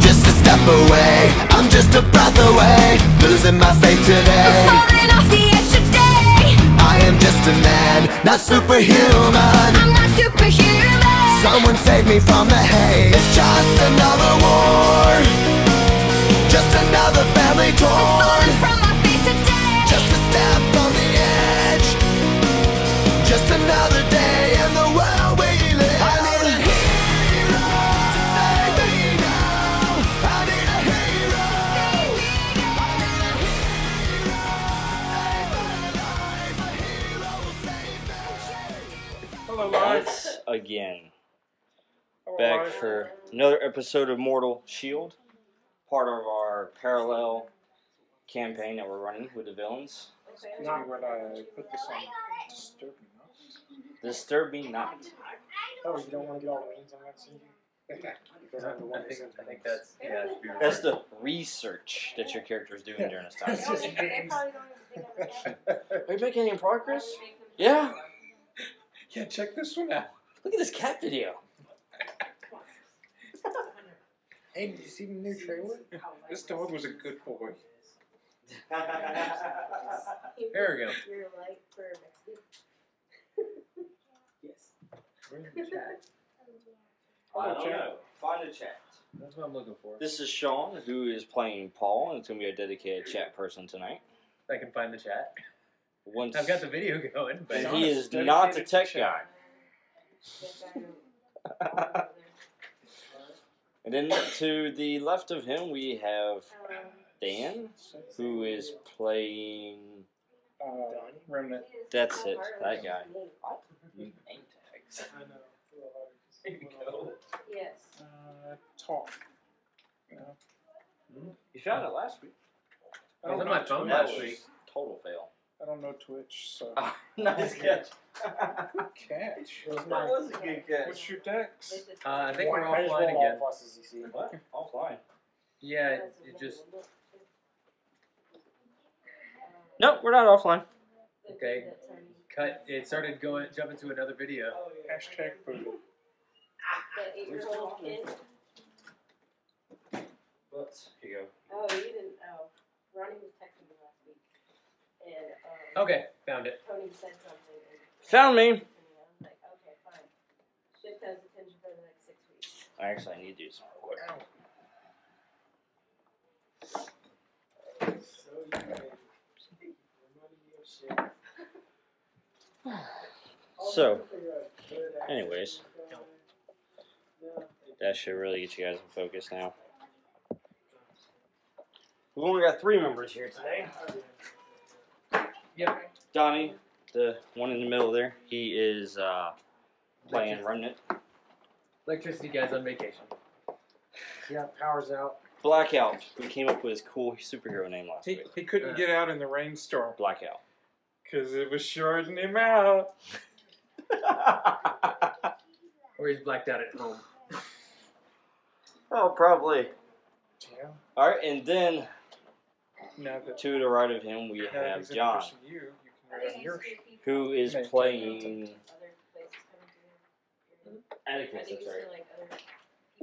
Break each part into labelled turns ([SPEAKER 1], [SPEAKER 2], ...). [SPEAKER 1] step away. I'm just a breath away, losing my faith today.
[SPEAKER 2] Falling off the edge today.
[SPEAKER 1] I am just a man, not superhuman.
[SPEAKER 2] I'm not superhuman.
[SPEAKER 1] Someone save me from the haze. It's just another war, just another family
[SPEAKER 2] Falling
[SPEAKER 1] torn.
[SPEAKER 2] from my faith today.
[SPEAKER 1] Just a step on the edge. Just another day in the world we live. I need a hero to save me now. I need a hero. I need a hero to save my life. A hero will save me.
[SPEAKER 3] Hello, lights.
[SPEAKER 4] Once again,
[SPEAKER 3] Hello,
[SPEAKER 4] back
[SPEAKER 3] lights.
[SPEAKER 4] for another episode of Mortal Shield, part of our parallel campaign that we're running with the villains.
[SPEAKER 3] Not when I put this on disturbing. No?
[SPEAKER 4] Disturb me not.
[SPEAKER 3] Oh, you don't want to get all the memes on that scene? Because I'm the one
[SPEAKER 5] I
[SPEAKER 3] who
[SPEAKER 5] think,
[SPEAKER 3] sent
[SPEAKER 5] I think
[SPEAKER 3] the memes.
[SPEAKER 5] that's yeah. That's, beautiful.
[SPEAKER 4] That's the research that your character is doing during this time.
[SPEAKER 3] It's just memes.
[SPEAKER 4] Are you making any progress? Yeah.
[SPEAKER 5] yeah, check this one out.
[SPEAKER 4] Look at this cat video.
[SPEAKER 3] Hey, did you see the new trailer?
[SPEAKER 5] This dog was a good boy. There we go.
[SPEAKER 6] You're like perfect.
[SPEAKER 3] I don't know.
[SPEAKER 4] Find a chat.
[SPEAKER 5] That's what I'm looking for.
[SPEAKER 4] This is Sean, who is playing Paul, and it's gonna be a dedicated chat person tonight.
[SPEAKER 5] I can find the chat.
[SPEAKER 4] Once
[SPEAKER 5] I've got the video going, but
[SPEAKER 4] and he is not the tech guy. And then to the left of him, we have Dan, who is playing.
[SPEAKER 3] Uh, Remnant.
[SPEAKER 4] That's it, that guy.
[SPEAKER 3] I know.
[SPEAKER 5] There you go.
[SPEAKER 6] Yes.
[SPEAKER 3] Uh, talk.
[SPEAKER 4] You found it last week.
[SPEAKER 3] I
[SPEAKER 5] I
[SPEAKER 3] don't
[SPEAKER 5] was on
[SPEAKER 3] know
[SPEAKER 5] my phone
[SPEAKER 3] Twitch.
[SPEAKER 4] That
[SPEAKER 5] last
[SPEAKER 4] was
[SPEAKER 5] week.
[SPEAKER 4] total fail.
[SPEAKER 3] I don't know Twitch, so
[SPEAKER 4] nice catch.
[SPEAKER 3] good catch. It was
[SPEAKER 6] That
[SPEAKER 3] my-
[SPEAKER 6] was a good
[SPEAKER 3] What's your decks?
[SPEAKER 6] Uh,
[SPEAKER 5] Uh, I think we're
[SPEAKER 3] I just rolled
[SPEAKER 5] offline again.
[SPEAKER 3] all pluses, you see.
[SPEAKER 4] What? Offline.
[SPEAKER 5] Yeah, it, it just
[SPEAKER 4] No, we're not offline.
[SPEAKER 5] okay. Cut. It started going, jumping to another video.
[SPEAKER 3] Hashtag booty.
[SPEAKER 6] The eight-year-old kid.
[SPEAKER 4] But here you
[SPEAKER 6] Oh, you didn't. Oh, Ronnie was texting me last week, and um,
[SPEAKER 5] Okay, found it.
[SPEAKER 6] Tony said something. And,
[SPEAKER 4] Found me.
[SPEAKER 6] And I was like, okay, fine. Shift has attention for the next six weeks.
[SPEAKER 4] go. I actually need to do something quick. So, anyways, that should really get you guys in focus now. We've only got three members here today.
[SPEAKER 5] Yep.
[SPEAKER 4] Donnie, the one in the middle there, he is uh, playing Remnant.
[SPEAKER 5] Electricity guy's on vacation.
[SPEAKER 3] Yeah, power's out.
[SPEAKER 4] Blackout. We came up with his cool superhero name last
[SPEAKER 7] He,
[SPEAKER 4] week.
[SPEAKER 7] he couldn't
[SPEAKER 5] Yeah.
[SPEAKER 7] get out in the rainstorm
[SPEAKER 4] Blackout.
[SPEAKER 7] because it was shorting him out.
[SPEAKER 5] Or he's blacked out at home.
[SPEAKER 4] oh, probably.
[SPEAKER 3] Yeah.
[SPEAKER 4] All right, and then
[SPEAKER 7] Now that
[SPEAKER 4] to the right of him, we
[SPEAKER 7] now that
[SPEAKER 4] have
[SPEAKER 7] he's in
[SPEAKER 4] John,
[SPEAKER 7] person, you, you
[SPEAKER 6] I
[SPEAKER 7] can raise
[SPEAKER 6] think
[SPEAKER 7] your
[SPEAKER 6] I see people
[SPEAKER 4] who is
[SPEAKER 3] Hey, John,
[SPEAKER 4] playing
[SPEAKER 6] from other places coming through. I
[SPEAKER 4] Atticus.
[SPEAKER 6] think
[SPEAKER 4] That's
[SPEAKER 6] you
[SPEAKER 4] right.
[SPEAKER 6] see like other. people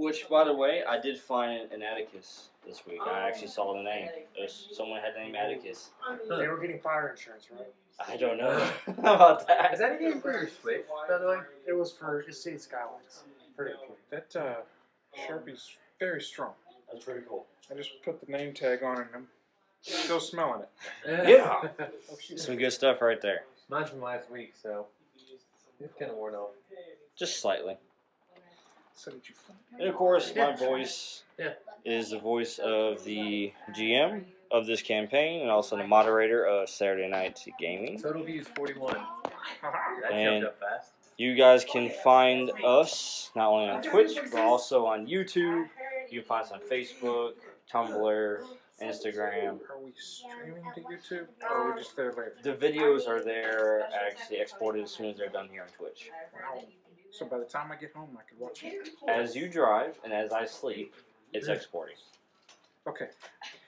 [SPEAKER 4] Which,
[SPEAKER 6] from
[SPEAKER 4] by the
[SPEAKER 6] other
[SPEAKER 4] way, I
[SPEAKER 6] places.
[SPEAKER 4] did find an Atticus this week. I actually saw the name. It was- someone had the name Atticus.
[SPEAKER 3] They were getting fire insurance, right?
[SPEAKER 4] I don't know about that.
[SPEAKER 5] Is that a game for your Switch, by the way?
[SPEAKER 3] It was for City Skylines. Pretty cool.
[SPEAKER 7] that uh, sharpie's very strong.
[SPEAKER 4] That's pretty cool.
[SPEAKER 7] I just put the name tag on and I'm still smelling it.
[SPEAKER 4] Yeah. Some good stuff right there.
[SPEAKER 5] Mine's from last week, so it's kind of worn off.
[SPEAKER 4] Just slightly.
[SPEAKER 7] So did you find
[SPEAKER 4] And of course, my voice
[SPEAKER 5] Yeah.
[SPEAKER 4] is the voice of the GM of this campaign and also the moderator of Saturday Night Gaming.
[SPEAKER 5] Total views 41. That
[SPEAKER 4] And-
[SPEAKER 5] jumped up fast.
[SPEAKER 4] You guys can find us not only on Twitch, but also on YouTube. You can find us on Facebook, Tumblr, Instagram.
[SPEAKER 7] Are we streaming to YouTube or are we just there later?
[SPEAKER 4] The videos are there, actually exported as soon as they're done here on Twitch.
[SPEAKER 7] So by the time I get home, I can watch it.
[SPEAKER 4] As you drive and as I sleep, it's exporting.
[SPEAKER 7] Okay,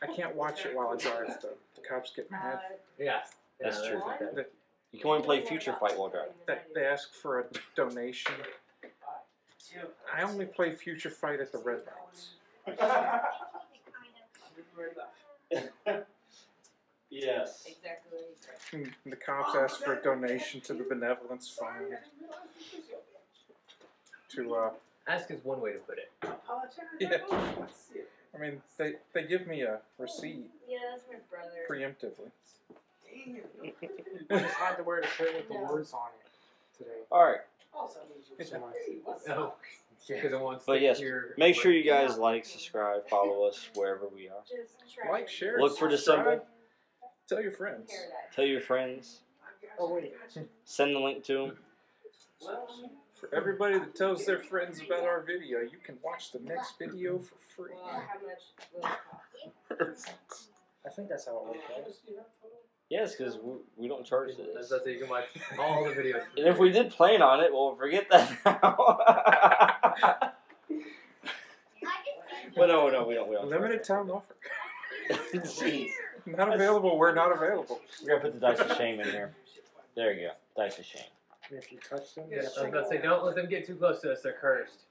[SPEAKER 7] I can't watch it while I drive though. The cops get mad.
[SPEAKER 5] Yeah.
[SPEAKER 4] That's
[SPEAKER 5] yeah,
[SPEAKER 4] true.
[SPEAKER 5] okay.
[SPEAKER 4] You can only play Future Fight while driving.
[SPEAKER 7] They, they ask for a donation. I only play Future Fight at the red lights.
[SPEAKER 6] very rough.
[SPEAKER 4] yes.
[SPEAKER 6] Exactly what he's right.
[SPEAKER 7] And the cops asked for a donation to the benevolence fund to uh,
[SPEAKER 5] Ask is one way to put it.
[SPEAKER 7] I mean, they, they give me a receipt
[SPEAKER 6] Yeah, that's my brother.
[SPEAKER 7] preemptively.
[SPEAKER 3] I just had to wear a shirt with the
[SPEAKER 6] No.
[SPEAKER 3] words on it today.
[SPEAKER 4] All right.
[SPEAKER 3] It's nice.
[SPEAKER 5] Oh, because it wants
[SPEAKER 4] But
[SPEAKER 5] to
[SPEAKER 4] yes,
[SPEAKER 5] hear.
[SPEAKER 4] Make sure you guys like, subscribe, follow us wherever we are.
[SPEAKER 6] Just try
[SPEAKER 7] Like,
[SPEAKER 6] it.
[SPEAKER 7] share,
[SPEAKER 4] Look for December.
[SPEAKER 7] subscribe, Tell your friends.
[SPEAKER 6] Paradise.
[SPEAKER 4] Tell your friends.
[SPEAKER 3] Oh wait,
[SPEAKER 4] Send the link to them.
[SPEAKER 7] For everybody that tells their friends about our video, you can watch the next video for free.
[SPEAKER 6] Well, how much will it cost?
[SPEAKER 7] I think that's how it works.
[SPEAKER 4] Yes, because we, we don't charge
[SPEAKER 5] That's
[SPEAKER 4] this.
[SPEAKER 5] so you can watch all the videos.
[SPEAKER 4] And if we did plan on it, well, forget that now. but no, no, we don't. We don't. charge
[SPEAKER 7] Limited
[SPEAKER 4] it.
[SPEAKER 7] time offer.
[SPEAKER 4] Jeez.
[SPEAKER 7] Not available. We're not available.
[SPEAKER 4] We're gonna put the dice of shame in here. There you go. Dice of shame.
[SPEAKER 7] If you touch them,
[SPEAKER 5] I was about to say, don't let them get too close to us. They're cursed.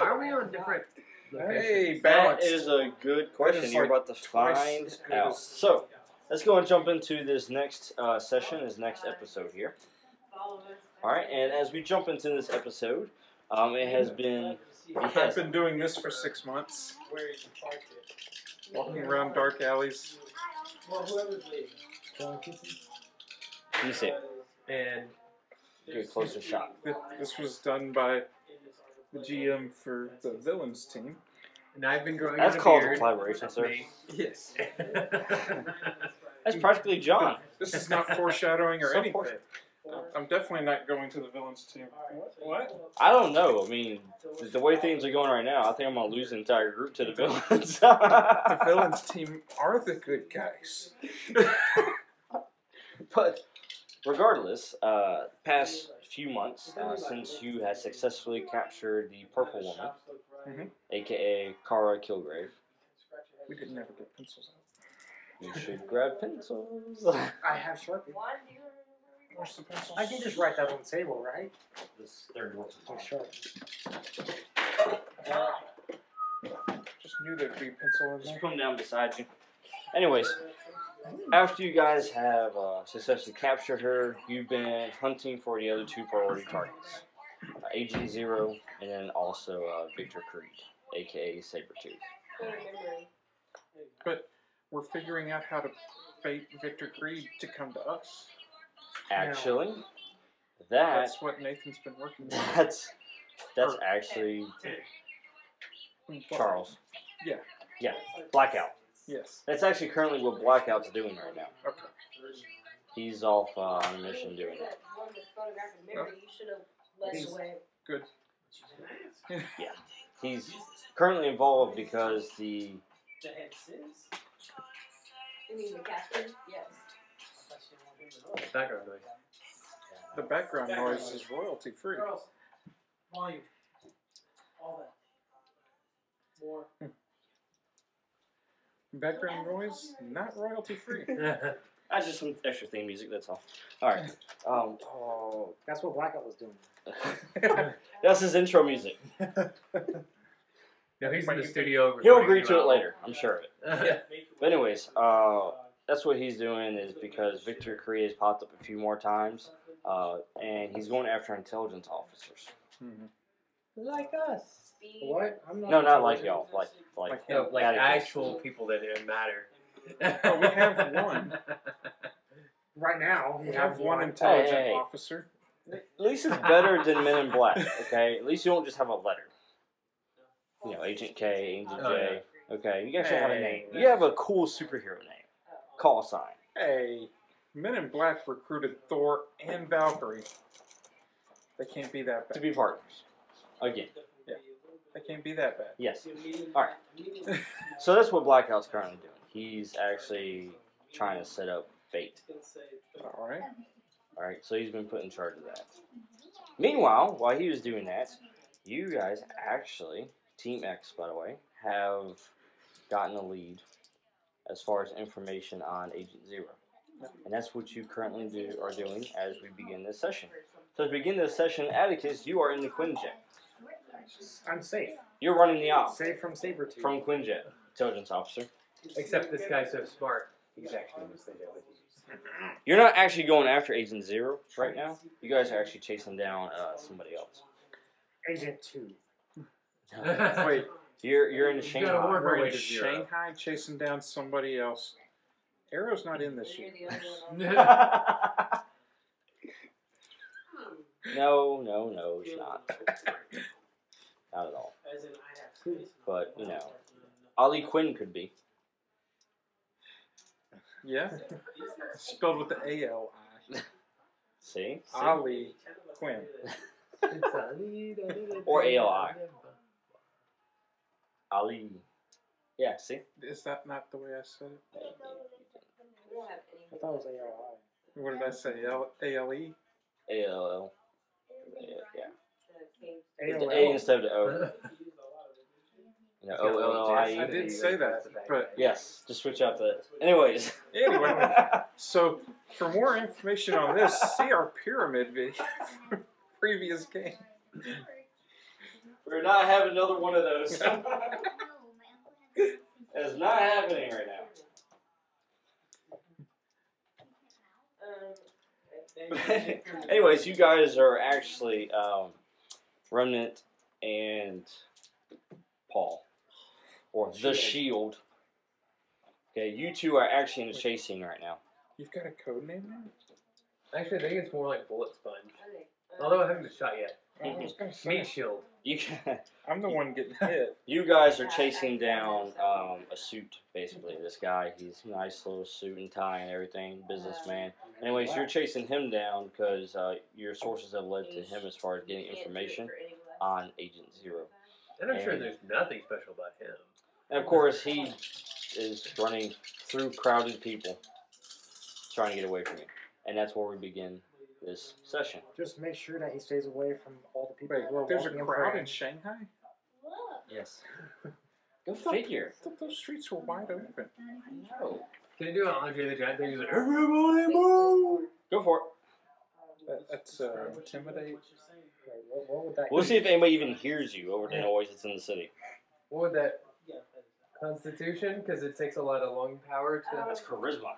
[SPEAKER 5] Are we on different? locations?
[SPEAKER 7] hey,
[SPEAKER 4] That
[SPEAKER 7] balance.
[SPEAKER 4] is a good question.
[SPEAKER 7] That is
[SPEAKER 4] You're
[SPEAKER 7] like
[SPEAKER 4] about to
[SPEAKER 7] twice
[SPEAKER 4] find
[SPEAKER 7] as good
[SPEAKER 4] out.
[SPEAKER 7] as-
[SPEAKER 4] So let's go and jump into this next uh, session, this next episode here.
[SPEAKER 6] Follow us.
[SPEAKER 4] All right, and as we jump into this episode, um, it has been
[SPEAKER 7] I've
[SPEAKER 4] yes,
[SPEAKER 7] been doing this for six months, walking around dark alleys.
[SPEAKER 4] let me see,
[SPEAKER 5] And
[SPEAKER 4] do a closer shot.
[SPEAKER 7] Th- This was done by the GM for the villains team.
[SPEAKER 5] and I've been growing.
[SPEAKER 4] That's
[SPEAKER 5] a
[SPEAKER 4] called a
[SPEAKER 5] beard.
[SPEAKER 4] collaboration, sir.
[SPEAKER 5] Me.
[SPEAKER 7] Yes.
[SPEAKER 4] That's practically John.
[SPEAKER 7] This is not foreshadowing or
[SPEAKER 4] So
[SPEAKER 7] anything.
[SPEAKER 4] forth.
[SPEAKER 7] I'm definitely not going to the villains team. What?
[SPEAKER 4] I don't know. I mean, the way things are going right now, I think I'm gonna lose the entire group to the villains.
[SPEAKER 7] The villains team are the good guys.
[SPEAKER 4] But regardless, uh, past few months uh, since you have successfully captured the Purple Woman,
[SPEAKER 7] Mhm.
[SPEAKER 4] aka Kara Kilgrave,
[SPEAKER 7] We didn't ever get pencils out.
[SPEAKER 4] you should grab pencils.
[SPEAKER 3] I have sharpie.
[SPEAKER 6] One, do you remember where we were?
[SPEAKER 7] Where's the pencils?
[SPEAKER 3] I can just write that on the table, right?
[SPEAKER 4] this third one.
[SPEAKER 3] I'm sure.
[SPEAKER 7] Just knew there'd be pencil in
[SPEAKER 4] Just
[SPEAKER 7] there.
[SPEAKER 4] put them down beside you. Anyways, after you guys have uh, successfully captured her, you've been hunting for the other two priority targets uh, AG Zero and then also uh, Victor Creed, aka Sabretooth.
[SPEAKER 6] Can't remember.
[SPEAKER 7] We're figuring out how to bait Victor Creed to come to us.
[SPEAKER 4] Actually, that
[SPEAKER 7] That's what Nathan's been working on.
[SPEAKER 4] that's that's actually Charles.
[SPEAKER 7] Yeah.
[SPEAKER 4] Yeah, Blackout.
[SPEAKER 7] Yes.
[SPEAKER 4] That's actually currently what Blackout's doing right now.
[SPEAKER 7] Okay.
[SPEAKER 4] He's off uh, on a mission doing that.
[SPEAKER 6] That one with photographic memory, you should have led
[SPEAKER 7] He's-
[SPEAKER 6] the way.
[SPEAKER 4] He's currently involved because the
[SPEAKER 6] You mean the captain? Yes.
[SPEAKER 5] Background noise.
[SPEAKER 7] The background noise is royalty free.
[SPEAKER 8] Girls, volume. All that. More.
[SPEAKER 7] Background noise, not royalty free.
[SPEAKER 4] That's just some extra theme music. That's all. All right. Um,
[SPEAKER 3] Oh, that's what Blackout was doing.
[SPEAKER 4] that's his intro music.
[SPEAKER 5] no, he's in
[SPEAKER 7] But
[SPEAKER 5] the
[SPEAKER 7] you-
[SPEAKER 5] studio.
[SPEAKER 4] He'll
[SPEAKER 5] recording
[SPEAKER 4] agree to it
[SPEAKER 5] now.
[SPEAKER 4] later. I'm sure of it. But anyways, uh, that's what he's doing is because Victor Korea has popped up a few more times, uh, and he's going after intelligence officers.
[SPEAKER 7] Mhm.
[SPEAKER 8] Like us.
[SPEAKER 6] Speed.
[SPEAKER 3] What? I'm not
[SPEAKER 4] No, not like y'all. Like like
[SPEAKER 7] Like
[SPEAKER 5] No, like
[SPEAKER 4] Atticus.
[SPEAKER 5] actual people that didn't matter.
[SPEAKER 7] Oh, we have one.
[SPEAKER 3] Right now,
[SPEAKER 7] We have one
[SPEAKER 4] Hey, hey,
[SPEAKER 7] intelligent
[SPEAKER 4] hey.
[SPEAKER 7] officer.
[SPEAKER 4] At least it's better than Men in Black. Okay. At least you don't just have a letter. You know, Agent K, Agent
[SPEAKER 5] Oh,
[SPEAKER 4] J. Okay. You guys should have a name.
[SPEAKER 7] Hey.
[SPEAKER 4] You have a cool superhero name. Call sign.
[SPEAKER 7] Hey, Men in Black recruited Thor and Valkyrie. They can't be that
[SPEAKER 4] To
[SPEAKER 7] bad.
[SPEAKER 4] be partners. Again.
[SPEAKER 7] They can't be that bad.
[SPEAKER 4] Yes. Alright. So that's what Blackout's currently doing. He's actually trying to set up bait.
[SPEAKER 7] All right.
[SPEAKER 4] All right, so he's been put in charge of that. Meanwhile, while he was doing that, you guys actually, Team X, by the way, have gotten a lead as far as information on Agent Zero, and that's what you currently do are doing as we begin this session. So to begin this session, Atticus, you are in the Quinjet.
[SPEAKER 3] I'm safe.
[SPEAKER 4] You're running the ops
[SPEAKER 3] Safe from Sabretooth.
[SPEAKER 4] from Quinjet, intelligence officer.
[SPEAKER 5] Except this guy's so smart.
[SPEAKER 9] Exactly. Let's say that with you.
[SPEAKER 4] You're not actually going after Agent Zero right now. You guys are actually chasing down uh, somebody else.
[SPEAKER 8] Agent two.
[SPEAKER 7] Wait,
[SPEAKER 4] You're you're in
[SPEAKER 5] gotta
[SPEAKER 4] Shanghai.
[SPEAKER 5] work.
[SPEAKER 7] we're
[SPEAKER 5] Way
[SPEAKER 7] in
[SPEAKER 5] to zero.
[SPEAKER 7] Shanghai chasing down somebody else. Arrow's not in this
[SPEAKER 6] You're
[SPEAKER 7] year.
[SPEAKER 6] the only one. on- Hmm.
[SPEAKER 4] No, no, no, it's not. Not at all.
[SPEAKER 8] As in, I have space.
[SPEAKER 4] But, you know. Ollie Quinn could be.
[SPEAKER 7] Yeah, spelled with the A L I.
[SPEAKER 4] See?
[SPEAKER 7] Ollie Quinn.
[SPEAKER 4] Or ALI. Ali. Yeah, see?
[SPEAKER 7] Is that not the way I said it?
[SPEAKER 6] We don't have any.
[SPEAKER 3] I thought it was AOI.
[SPEAKER 7] What did I say? L A L E.
[SPEAKER 4] A L L. Yeah. With
[SPEAKER 6] the same-
[SPEAKER 4] the A
[SPEAKER 3] AOL.
[SPEAKER 4] instead of the O. You know, O L L I
[SPEAKER 7] I
[SPEAKER 4] E.
[SPEAKER 7] did say that, but
[SPEAKER 4] Yes, just switch out the. Anyways.
[SPEAKER 7] anyway. So, for more information on this, see our pyramid video from previous game.
[SPEAKER 4] We're not having another one of those. That's not happening right
[SPEAKER 6] Um, right there.
[SPEAKER 4] now. Anyways, you guys are actually um, Remnant and Paul, or the Shield. Okay, you two are actually in a chase scene right now.
[SPEAKER 7] You've got a code name now?
[SPEAKER 5] Actually, I think it's more like Bullet Sponge.
[SPEAKER 6] Okay, um,
[SPEAKER 5] Although I haven't been shot yet.
[SPEAKER 7] I was gonna
[SPEAKER 4] Mm-hmm.
[SPEAKER 5] Meat
[SPEAKER 7] say,
[SPEAKER 5] Shield.
[SPEAKER 4] You ca-
[SPEAKER 7] I'm the one getting hit.
[SPEAKER 4] you guys are chasing down um, a suit, basically. This guy, he's nice little suit and tie and everything, businessman. Anyways, you're chasing him down because uh, your sources have led to him as far as getting
[SPEAKER 6] you can't do it
[SPEAKER 4] information
[SPEAKER 6] for any less.
[SPEAKER 4] on Agent Zero.
[SPEAKER 5] And I'm sure
[SPEAKER 4] And-
[SPEAKER 5] there's nothing special about him.
[SPEAKER 4] And of course, he is running through crowded people trying to get away from you. And that's where we begin this session.
[SPEAKER 3] Just make sure that he stays away from all the people
[SPEAKER 7] Wait,
[SPEAKER 3] who are
[SPEAKER 7] there's a
[SPEAKER 3] walking
[SPEAKER 7] crowd in
[SPEAKER 3] around.
[SPEAKER 7] Shanghai?
[SPEAKER 4] Uh, Yes. Go figure.
[SPEAKER 7] I thought those streets were wide open.
[SPEAKER 4] No.
[SPEAKER 5] Can you do an Andre the Giant thing? He's like,
[SPEAKER 7] Everybody move!
[SPEAKER 4] Go for it.
[SPEAKER 7] That, that's uh, intimidate.
[SPEAKER 3] Wait, what, what would that
[SPEAKER 4] We'll see if anybody even hears you over the noise that's in the city.
[SPEAKER 5] what would that? Constitution? Because it takes a lot of lung power to.
[SPEAKER 6] Oh.
[SPEAKER 4] That's charisma.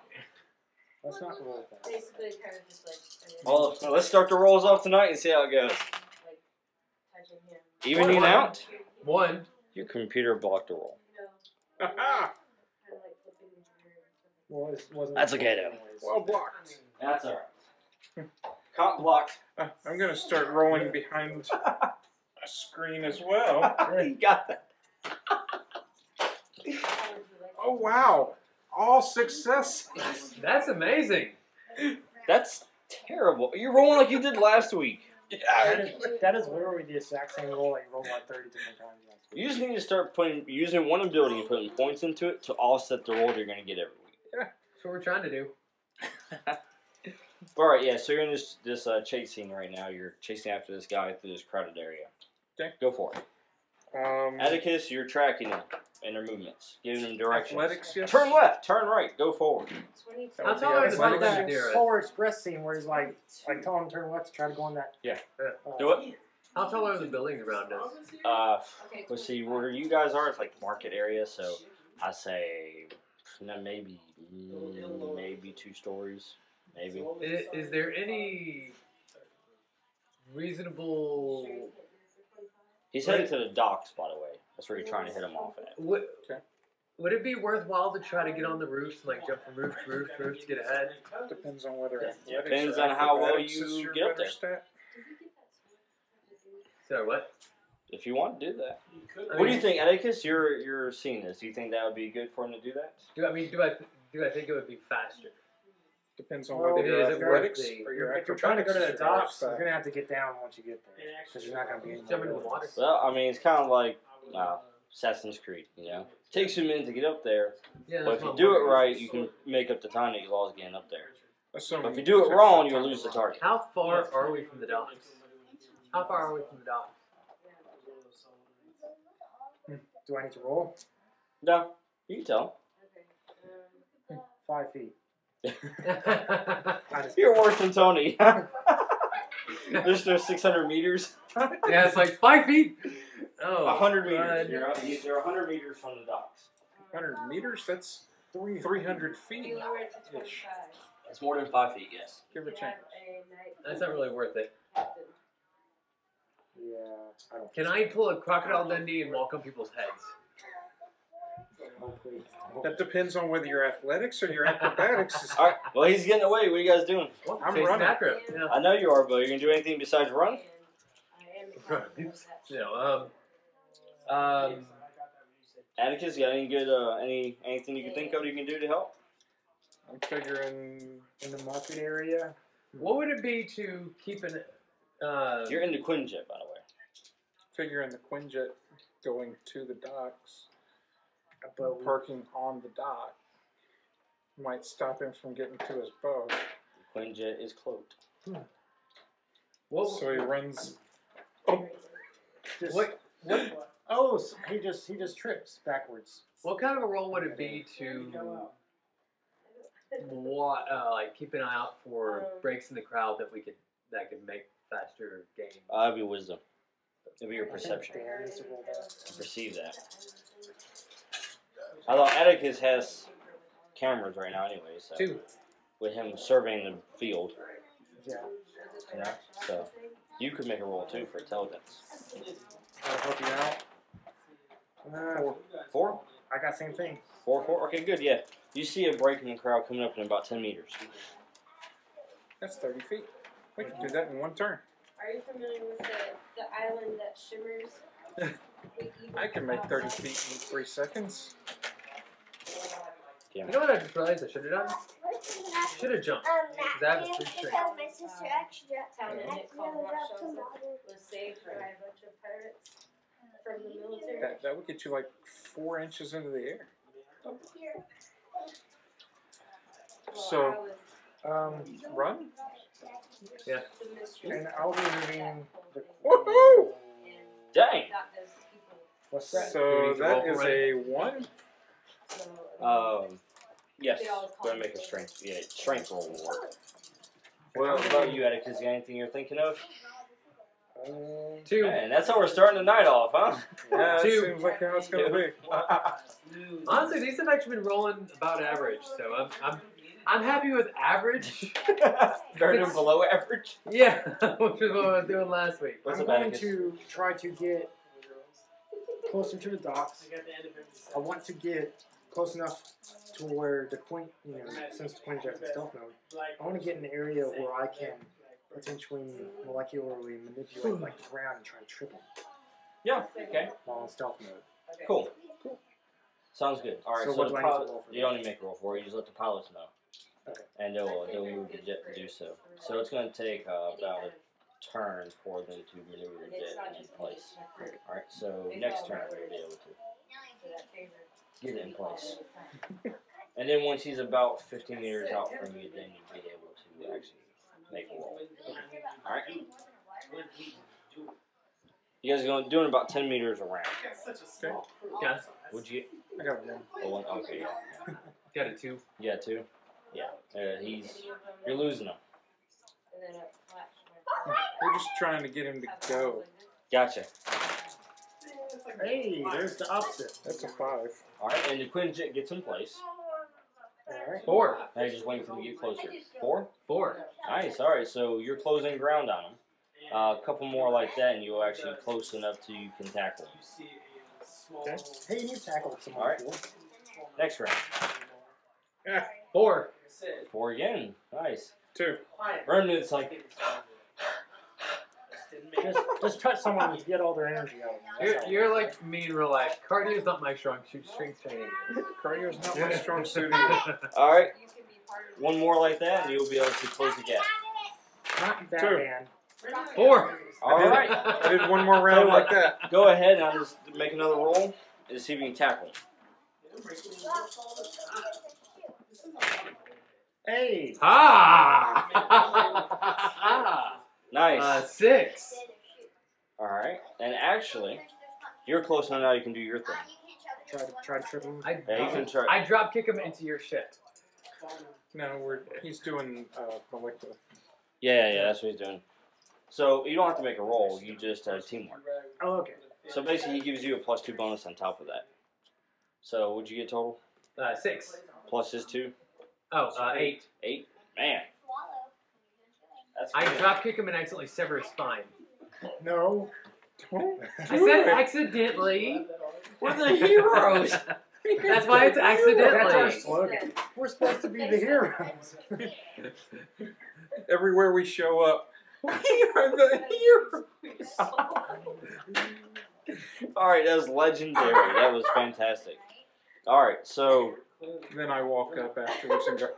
[SPEAKER 3] Let's not roll that.
[SPEAKER 6] Basically, kind of just like. and then,
[SPEAKER 4] Well, let's start the rolls off tonight and see how it goes.
[SPEAKER 6] Like, touching him.
[SPEAKER 4] Evening out.
[SPEAKER 5] One.
[SPEAKER 4] Your computer blocked the roll.
[SPEAKER 6] No.
[SPEAKER 7] Aha!
[SPEAKER 6] Kind of like flipping his ear and stuff.
[SPEAKER 3] Well, it wasn't
[SPEAKER 4] That's okay, though.
[SPEAKER 3] Anyways.
[SPEAKER 7] Well blocked.
[SPEAKER 4] That's alright. Comp blocked.
[SPEAKER 7] Uh, I'm gonna start rolling behind a screen as well.
[SPEAKER 4] you got that.
[SPEAKER 6] How would you like
[SPEAKER 7] Oh wow! All success!
[SPEAKER 5] That's amazing.
[SPEAKER 4] That's terrible. You're rolling like you did last week.
[SPEAKER 3] That is, that is literally the exact same roll that you rolled like 30 different times last week.
[SPEAKER 4] You just need to start putting using one ability and putting points into it to offset the roll you're going to get every week.
[SPEAKER 5] That's what we're trying to do.
[SPEAKER 4] All right, yeah. So you're in this this uh, chase scene right now. You're chasing after this guy through this crowded area.
[SPEAKER 7] Okay.
[SPEAKER 4] Go for it.
[SPEAKER 7] Um,
[SPEAKER 4] Atticus, you're tracking them and their movements, giving them directions.
[SPEAKER 7] athletics, yes?
[SPEAKER 4] Turn left. Turn right. Go forward.
[SPEAKER 6] it?
[SPEAKER 7] That
[SPEAKER 5] I'm
[SPEAKER 7] would be
[SPEAKER 5] telling you
[SPEAKER 3] It's like
[SPEAKER 5] about
[SPEAKER 7] athletics.
[SPEAKER 3] that
[SPEAKER 5] Shakira.
[SPEAKER 3] Polar Express scene where he's like, like tell him to turn left to try to go in that.
[SPEAKER 4] Yeah.
[SPEAKER 5] Yeah.
[SPEAKER 3] uh,
[SPEAKER 4] Do it.
[SPEAKER 5] How tall are the buildings around us?
[SPEAKER 4] Uh, let's see where you guys are. It's like the market area, so I say no, maybe mm, maybe two stories, maybe.
[SPEAKER 5] I- Is, there any reasonable?
[SPEAKER 4] He's heading to the docks, by the way. That's where you're trying to hit him off at.
[SPEAKER 5] Would,
[SPEAKER 7] Okay.
[SPEAKER 5] would it be worthwhile to try to get on the roofs, like jump from roof to roof to roof to get ahead?
[SPEAKER 7] Depends on whether athletics
[SPEAKER 4] Depends
[SPEAKER 7] or
[SPEAKER 4] on how well
[SPEAKER 7] acrobatics
[SPEAKER 4] you
[SPEAKER 7] is your
[SPEAKER 4] get up
[SPEAKER 7] better
[SPEAKER 4] there.
[SPEAKER 7] Stat.
[SPEAKER 5] So what?
[SPEAKER 4] If you want to do that.
[SPEAKER 5] I
[SPEAKER 4] What do
[SPEAKER 5] mean,
[SPEAKER 4] you think, Atticus? You're you're seeing this. Do you think that would be good for him to do that?
[SPEAKER 5] Do I mean do I do I think it would be faster?
[SPEAKER 7] Depends on
[SPEAKER 3] Well,
[SPEAKER 7] whether
[SPEAKER 3] it
[SPEAKER 7] your
[SPEAKER 3] is a
[SPEAKER 7] athletics
[SPEAKER 5] thing.
[SPEAKER 7] or your
[SPEAKER 3] If you're trying to go to the
[SPEAKER 7] acrobatics is your
[SPEAKER 3] docks,
[SPEAKER 7] better
[SPEAKER 3] you're
[SPEAKER 7] stat.
[SPEAKER 3] gonna have to get down once you get there because you're not gonna be in
[SPEAKER 5] Jump into the water.
[SPEAKER 4] Well, I mean, it's kind of like uh, Assassin's Creed. You know, takes you a minute to get up there,
[SPEAKER 5] Yeah.
[SPEAKER 4] but if you do it right, you can make up the time that you lost getting up there.
[SPEAKER 7] Assuming
[SPEAKER 4] But if you do it wrong, you'll lose the target.
[SPEAKER 5] How far are we from the docks? How far are we from the docks?
[SPEAKER 3] Do I need to roll?
[SPEAKER 4] No, you can tell.
[SPEAKER 3] Five feet. I just-
[SPEAKER 4] You're worse than Tony. There's no 600 meters.
[SPEAKER 5] yeah, it's like five feet. Oh,
[SPEAKER 4] 100
[SPEAKER 5] God.
[SPEAKER 4] meters. You're, you're 100 meters from the docks.
[SPEAKER 7] 100 meters? That's 300 feet,
[SPEAKER 6] You lower it to
[SPEAKER 7] Ish.
[SPEAKER 6] twenty-five.
[SPEAKER 4] It's more than five feet, yes.
[SPEAKER 7] give or
[SPEAKER 6] You
[SPEAKER 7] take.
[SPEAKER 6] have a night.
[SPEAKER 5] That's not really worth it.
[SPEAKER 6] Captain.
[SPEAKER 8] Yeah, I don't.
[SPEAKER 5] Can I pull a crocodile Dundee and walk on people's heads?
[SPEAKER 8] Hopefully,
[SPEAKER 7] That depends on whether your athletics or your acrobatics is.
[SPEAKER 4] All right. Well, he's getting away. What are you guys doing?
[SPEAKER 5] Well,
[SPEAKER 7] I'm
[SPEAKER 5] chasing
[SPEAKER 7] running.
[SPEAKER 5] after him. Yeah.
[SPEAKER 4] I know you are, Bill. You gonna do anything besides run?
[SPEAKER 6] And I am the captain of that
[SPEAKER 5] You know, um, um,
[SPEAKER 4] Atticus, you got any good uh, any anything you can think of you can do to help?
[SPEAKER 7] I'm figuring.
[SPEAKER 8] in the market area,
[SPEAKER 5] what would it be to keep an? Uh,
[SPEAKER 4] You're into Quinjet, by the way.
[SPEAKER 7] Figuring the Quinjet going to the docks,
[SPEAKER 8] but we-
[SPEAKER 7] parking on the dock, might stop him from getting to his boat.
[SPEAKER 4] Quinjet is cloaked.
[SPEAKER 5] what,
[SPEAKER 7] So he runs.
[SPEAKER 8] just,
[SPEAKER 5] what what
[SPEAKER 8] Oh, so he just he just trips backwards.
[SPEAKER 5] what kind of a role would it be to wa- uh, like keep an eye out for breaks in the crowd that we could that could make faster game?
[SPEAKER 4] Uh, it'd be wisdom. It'd be your
[SPEAKER 8] I think
[SPEAKER 4] perception.
[SPEAKER 8] Dan needs to roll that.
[SPEAKER 4] Perceive that. Although Atticus has cameras right now, anyway, so
[SPEAKER 7] Two.
[SPEAKER 4] with him surveying the field,
[SPEAKER 8] Yeah,
[SPEAKER 4] you know, so you could make a roll too for intelligence.
[SPEAKER 8] I'll help you out. Uh,
[SPEAKER 4] Four,
[SPEAKER 8] I got same thing.
[SPEAKER 4] four, four. Okay, good. Yeah, you see a break in the crowd coming up in about ten meters.
[SPEAKER 7] That's 30 feet. We can do that in one turn.
[SPEAKER 6] Are you familiar with the, the island that shimmers? The evil
[SPEAKER 7] I can make 30
[SPEAKER 6] outside?
[SPEAKER 7] feet in three seconds.
[SPEAKER 5] You know what I just realized I should have done?
[SPEAKER 10] Um,
[SPEAKER 5] Should have jumped.
[SPEAKER 10] Matt, you have to tell my sister extra.
[SPEAKER 6] Town in
[SPEAKER 10] I
[SPEAKER 6] it called Waukesha was saved by a bunch of pirates from the military.
[SPEAKER 7] That, that would get you like four inches into the air.
[SPEAKER 6] Well,
[SPEAKER 7] so-
[SPEAKER 6] I was
[SPEAKER 8] Um,
[SPEAKER 7] Run?
[SPEAKER 6] the mistress
[SPEAKER 8] and
[SPEAKER 6] of
[SPEAKER 8] I'll be
[SPEAKER 6] that
[SPEAKER 8] moving.
[SPEAKER 6] whole
[SPEAKER 8] The,
[SPEAKER 6] thing.
[SPEAKER 7] Woohoo!
[SPEAKER 6] And
[SPEAKER 4] Dang.
[SPEAKER 6] that is the people.
[SPEAKER 8] what's that?
[SPEAKER 7] So that is a one.
[SPEAKER 6] So,
[SPEAKER 4] Um, yes. Go and make a strength. Yeah, strength roll will work. What about you, Atticus? You got anything you're thinking of?
[SPEAKER 8] Um,
[SPEAKER 5] Two.
[SPEAKER 4] Man, that's how we're starting the night off, huh?
[SPEAKER 7] Yeah, that
[SPEAKER 5] Two.
[SPEAKER 7] seems like how it's going to be.
[SPEAKER 5] Honestly, these have actually been rolling about average, so I'm I'm I'm happy with average.
[SPEAKER 4] Starting below average.
[SPEAKER 5] yeah, which is what I was doing last week.
[SPEAKER 4] What's
[SPEAKER 8] I'm
[SPEAKER 4] up,
[SPEAKER 8] going
[SPEAKER 4] Atticus?
[SPEAKER 8] to try to get closer to the docks. I want to get close enough to where the Queen, you know, since the Queen Jack's in stealth mode, I want to get in an area where I can potentially molecularly manipulate like the ground and try to trip him
[SPEAKER 4] Yeah. Okay.
[SPEAKER 8] while in stealth mode.
[SPEAKER 6] okay.
[SPEAKER 4] Cool. Sounds good. All right.
[SPEAKER 8] So
[SPEAKER 4] So,
[SPEAKER 8] what
[SPEAKER 4] the
[SPEAKER 8] do I need to
[SPEAKER 4] pilot,
[SPEAKER 8] roll for
[SPEAKER 4] you
[SPEAKER 8] that?
[SPEAKER 4] don't need to make a roll for it. You just let the pilots know,
[SPEAKER 8] Okay.
[SPEAKER 4] and they'll they'll move the jet to do so. So it's going to take uh, about a turn for them to maneuver the
[SPEAKER 6] It's
[SPEAKER 4] jet
[SPEAKER 6] not
[SPEAKER 4] in
[SPEAKER 6] just me,
[SPEAKER 4] place.
[SPEAKER 6] it's my crew.
[SPEAKER 4] All right. So next turn they'll be able to
[SPEAKER 6] So that favor
[SPEAKER 4] get it in
[SPEAKER 6] me all
[SPEAKER 4] place,
[SPEAKER 6] the time.
[SPEAKER 4] and then once he's about 15 meters out from you, then you'll be able to actually make a roll. All right. You guys are going doing about 10 meters around.
[SPEAKER 5] Got,
[SPEAKER 4] Would you?
[SPEAKER 7] I got one.
[SPEAKER 4] Oh, one, okay. Yeah.
[SPEAKER 5] got a two.
[SPEAKER 4] Yeah, two. Yeah. Uh, he's
[SPEAKER 6] Any of them
[SPEAKER 4] you're losing him.
[SPEAKER 6] And then it flashed my-
[SPEAKER 7] We're just trying to get him to go.
[SPEAKER 4] Gotcha.
[SPEAKER 8] Hey, there's the opposite.
[SPEAKER 7] That's a five.
[SPEAKER 4] All right, and the Quinjet gets in place.
[SPEAKER 8] All right.
[SPEAKER 5] Four.
[SPEAKER 4] Now you're just waiting for him to get closer. Four.
[SPEAKER 5] Four.
[SPEAKER 4] Nice. All right, so you're closing ground on him. Uh, a couple more like that, and you'll actually close enough to you can tackle him.
[SPEAKER 8] Okay. Hey, you tackled someone.
[SPEAKER 4] All right.
[SPEAKER 8] cool.
[SPEAKER 4] Next round.
[SPEAKER 5] Four.
[SPEAKER 4] Four again. Nice.
[SPEAKER 7] Two.
[SPEAKER 4] Remnant's like,
[SPEAKER 8] Just, just touch someone to get all their energy out. of them.
[SPEAKER 5] You're,
[SPEAKER 8] That's all.
[SPEAKER 5] you're like me in real life. Cardio is not my strong suit. Strength training. is.
[SPEAKER 7] Cardio's not my strong suit.
[SPEAKER 4] all right,
[SPEAKER 6] You can be part of
[SPEAKER 4] one more like that, and you'll be able to close the gap.
[SPEAKER 8] not that
[SPEAKER 7] Sure.
[SPEAKER 8] man.
[SPEAKER 5] Four.
[SPEAKER 4] All right,
[SPEAKER 7] I did one more round like that.
[SPEAKER 4] go ahead and I'll just make another roll and see if you can tackle him.
[SPEAKER 8] Hey,
[SPEAKER 5] Ah!
[SPEAKER 4] Nice.
[SPEAKER 5] uh, six.
[SPEAKER 4] all right, and actually, you're close enough now. You can do your thing.
[SPEAKER 8] try to try to trip him.
[SPEAKER 5] I,
[SPEAKER 4] Yeah, you can try.
[SPEAKER 5] I drop kick him into your shit.
[SPEAKER 7] No, we're he's doing uh, molecular.
[SPEAKER 4] Yeah, yeah, yeah, that's what he's doing. So you don't have to make a roll. You just uh, teamwork.
[SPEAKER 8] Oh, okay.
[SPEAKER 4] So basically, he gives you a plus two bonus on top of that. So what'd you get total?
[SPEAKER 5] Uh, six.
[SPEAKER 4] Plus his two?
[SPEAKER 5] Oh, uh, eight.
[SPEAKER 4] Eight? Man, that's
[SPEAKER 5] I
[SPEAKER 4] good.
[SPEAKER 5] drop kick him and accidentally sever his spine.
[SPEAKER 8] No.
[SPEAKER 5] I said accidentally.
[SPEAKER 4] We're the heroes.
[SPEAKER 5] That's why it's
[SPEAKER 8] That's our
[SPEAKER 5] accidentally.
[SPEAKER 8] slogan. We're supposed to be the heroes.
[SPEAKER 7] Everywhere we show up, we are the heroes.
[SPEAKER 4] All right, that was legendary. That was fantastic. All right, so
[SPEAKER 7] Then I walk up afterwards and go,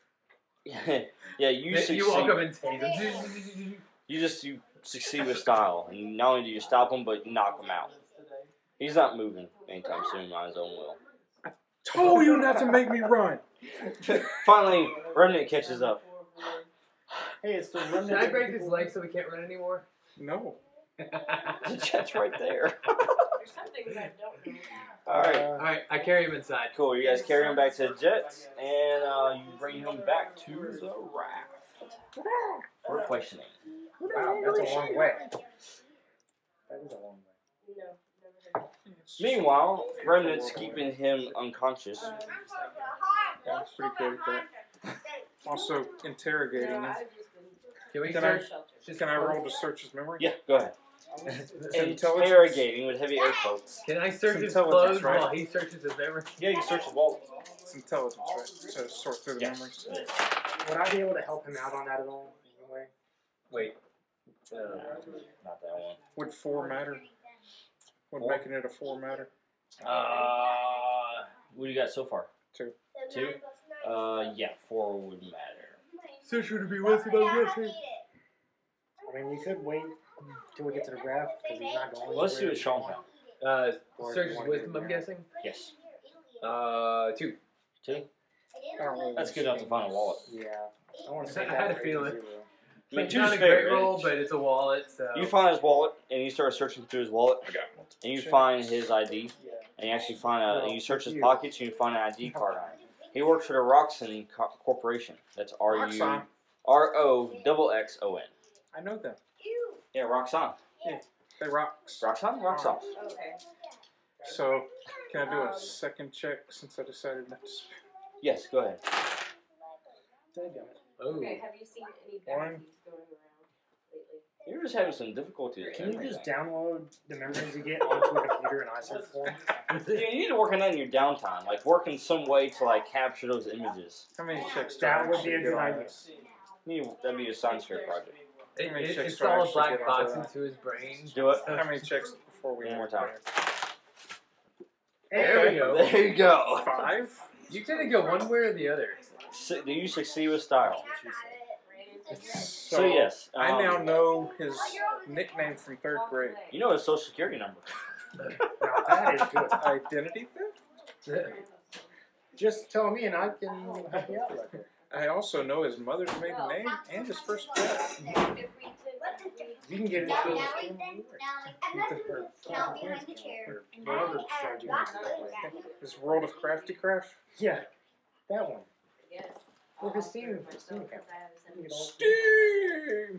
[SPEAKER 4] yeah, you
[SPEAKER 5] You,
[SPEAKER 4] succeed.
[SPEAKER 5] you walk up and tase him.
[SPEAKER 4] You just you succeed with style, and not only do you stop him, but you knock him out. He's not moving anytime soon on his own will.
[SPEAKER 7] "Told you not to make me run."
[SPEAKER 4] Finally, Remnant catches up.
[SPEAKER 8] Hey, it's the remnants.
[SPEAKER 5] Should I
[SPEAKER 8] of
[SPEAKER 5] break
[SPEAKER 8] the
[SPEAKER 5] his leg so we can't run anymore?
[SPEAKER 7] No.
[SPEAKER 4] The jet's right there.
[SPEAKER 6] There's some things I don't know.
[SPEAKER 4] All right,
[SPEAKER 5] All right, I carry him inside.
[SPEAKER 4] cool. You guys carry him back to the jets, and uh, you bring him back to the raft for questioning.
[SPEAKER 8] Wow, that's a long way.
[SPEAKER 3] That is a long way.
[SPEAKER 6] No, never heard.
[SPEAKER 4] Meanwhile, Remnant's keeping him unconscious.
[SPEAKER 7] Yeah, it's pretty great, but also
[SPEAKER 6] of it.
[SPEAKER 7] interrogating
[SPEAKER 6] No,
[SPEAKER 7] him.
[SPEAKER 6] I've just been.
[SPEAKER 5] Can we
[SPEAKER 7] Can
[SPEAKER 5] search?
[SPEAKER 6] shelter.
[SPEAKER 7] Can I roll to search his memory?
[SPEAKER 4] Yeah, go ahead.
[SPEAKER 7] intelligence?
[SPEAKER 4] Interrogating with heavy air quotes.
[SPEAKER 5] Can I search his
[SPEAKER 7] intelligence,
[SPEAKER 5] clothes
[SPEAKER 7] right?
[SPEAKER 5] while he searches his memory?
[SPEAKER 4] Yeah, you search the wall.
[SPEAKER 7] It's intelligence, right? To sort through the
[SPEAKER 4] Yes.
[SPEAKER 7] memories.
[SPEAKER 8] Would I be able to help him out on that at all? in any way?
[SPEAKER 5] Wait. Uh,
[SPEAKER 4] Not that one.
[SPEAKER 7] Would four matter? Would
[SPEAKER 4] Four?
[SPEAKER 7] making it a four matter?
[SPEAKER 4] Uh, what do you got so far?
[SPEAKER 10] Two.
[SPEAKER 4] Uh, yeah, four would matter.
[SPEAKER 5] search would be
[SPEAKER 10] What's
[SPEAKER 5] worth
[SPEAKER 10] about
[SPEAKER 5] about
[SPEAKER 10] this?
[SPEAKER 8] I mean, you could wait till we get to the raft because he's not going.
[SPEAKER 4] Well, let's do
[SPEAKER 8] anywhere.
[SPEAKER 4] a Sean found.
[SPEAKER 5] Uh, search
[SPEAKER 8] Or do you
[SPEAKER 5] his
[SPEAKER 8] wanna
[SPEAKER 5] wisdom,
[SPEAKER 8] do it
[SPEAKER 5] I'm
[SPEAKER 8] now?
[SPEAKER 5] guessing.
[SPEAKER 4] Yes.
[SPEAKER 5] Uh, two.
[SPEAKER 4] Two?
[SPEAKER 7] I don't know.
[SPEAKER 4] That's good enough to find a wallet.
[SPEAKER 8] Yeah, I want to say
[SPEAKER 5] I
[SPEAKER 8] that.
[SPEAKER 5] had a
[SPEAKER 8] for
[SPEAKER 5] feeling.
[SPEAKER 8] 80.
[SPEAKER 4] I mean,
[SPEAKER 5] It's
[SPEAKER 4] two's
[SPEAKER 5] not a
[SPEAKER 4] fair. uh,
[SPEAKER 5] great roll, but it's a wallet, so.
[SPEAKER 4] You find his wallet, and you start searching through his wallet, and you find his ID, and you actually find a, and you search his pockets, and you find an ID card on it. He works for the Roxon Co- Corporation. That's R U
[SPEAKER 7] Roxxon.
[SPEAKER 4] R O double X O N.
[SPEAKER 7] I know them.
[SPEAKER 4] Yeah, Roxon.
[SPEAKER 7] They rocks.
[SPEAKER 4] Roxon? Roxon.
[SPEAKER 6] Okay.
[SPEAKER 7] So, can I do a
[SPEAKER 6] Um,
[SPEAKER 7] second check since I decided not to spend
[SPEAKER 4] Yes, go ahead.
[SPEAKER 5] Oh.
[SPEAKER 6] Okay. Have you seen any baggies
[SPEAKER 7] One.
[SPEAKER 6] going around lately?
[SPEAKER 4] You're just having some difficulty with
[SPEAKER 8] Can you
[SPEAKER 4] everything.
[SPEAKER 8] just download the memories you get onto a computer in ISO form?
[SPEAKER 4] Yeah, you need to work on that in your downtime, like work in some way to like capture those images.
[SPEAKER 7] How many checks do I
[SPEAKER 8] That would
[SPEAKER 7] actually
[SPEAKER 8] be a
[SPEAKER 7] get
[SPEAKER 8] good
[SPEAKER 7] on
[SPEAKER 8] idea.
[SPEAKER 7] this?
[SPEAKER 4] You need, that'd be a science fair project.
[SPEAKER 5] It,
[SPEAKER 7] How many
[SPEAKER 5] it,
[SPEAKER 7] checks
[SPEAKER 5] it's
[SPEAKER 7] do I
[SPEAKER 5] all a
[SPEAKER 7] actually
[SPEAKER 5] black
[SPEAKER 7] get
[SPEAKER 5] box
[SPEAKER 7] on that?
[SPEAKER 5] into his brain.
[SPEAKER 4] Do it.
[SPEAKER 7] How many checks before we
[SPEAKER 4] One more
[SPEAKER 7] walk
[SPEAKER 4] time.
[SPEAKER 7] away?
[SPEAKER 5] There we go.
[SPEAKER 4] There you go.
[SPEAKER 7] Five?
[SPEAKER 5] You tend to go one way or the other.
[SPEAKER 4] Si- Do you succeed with style?
[SPEAKER 7] So,
[SPEAKER 4] So, yes,
[SPEAKER 7] I
[SPEAKER 4] um,
[SPEAKER 7] now know his nickname from third grade.
[SPEAKER 4] You know his social security number.
[SPEAKER 8] Now that is good.
[SPEAKER 7] Identity theft?
[SPEAKER 8] Just tell me and I can help you out right there.
[SPEAKER 7] I also know his mother's maiden name and his first pet.
[SPEAKER 6] If we took-
[SPEAKER 10] What the dick?
[SPEAKER 8] You can get it.
[SPEAKER 10] Now,
[SPEAKER 8] through
[SPEAKER 10] now,
[SPEAKER 8] the
[SPEAKER 10] he's
[SPEAKER 8] skin
[SPEAKER 10] been, now,
[SPEAKER 8] anyway.
[SPEAKER 10] I'm not even gonna smell behind the chair.
[SPEAKER 8] Or Whatever strategy you want to play.
[SPEAKER 7] His World of Crafty Craft.
[SPEAKER 8] Yeah, that one.
[SPEAKER 6] Yes.
[SPEAKER 8] Well,
[SPEAKER 6] I'll
[SPEAKER 8] because Steam-
[SPEAKER 6] do it myself
[SPEAKER 8] Steam
[SPEAKER 6] 'cause I have a
[SPEAKER 8] You
[SPEAKER 6] separate
[SPEAKER 8] can all-
[SPEAKER 7] Steam!
[SPEAKER 6] from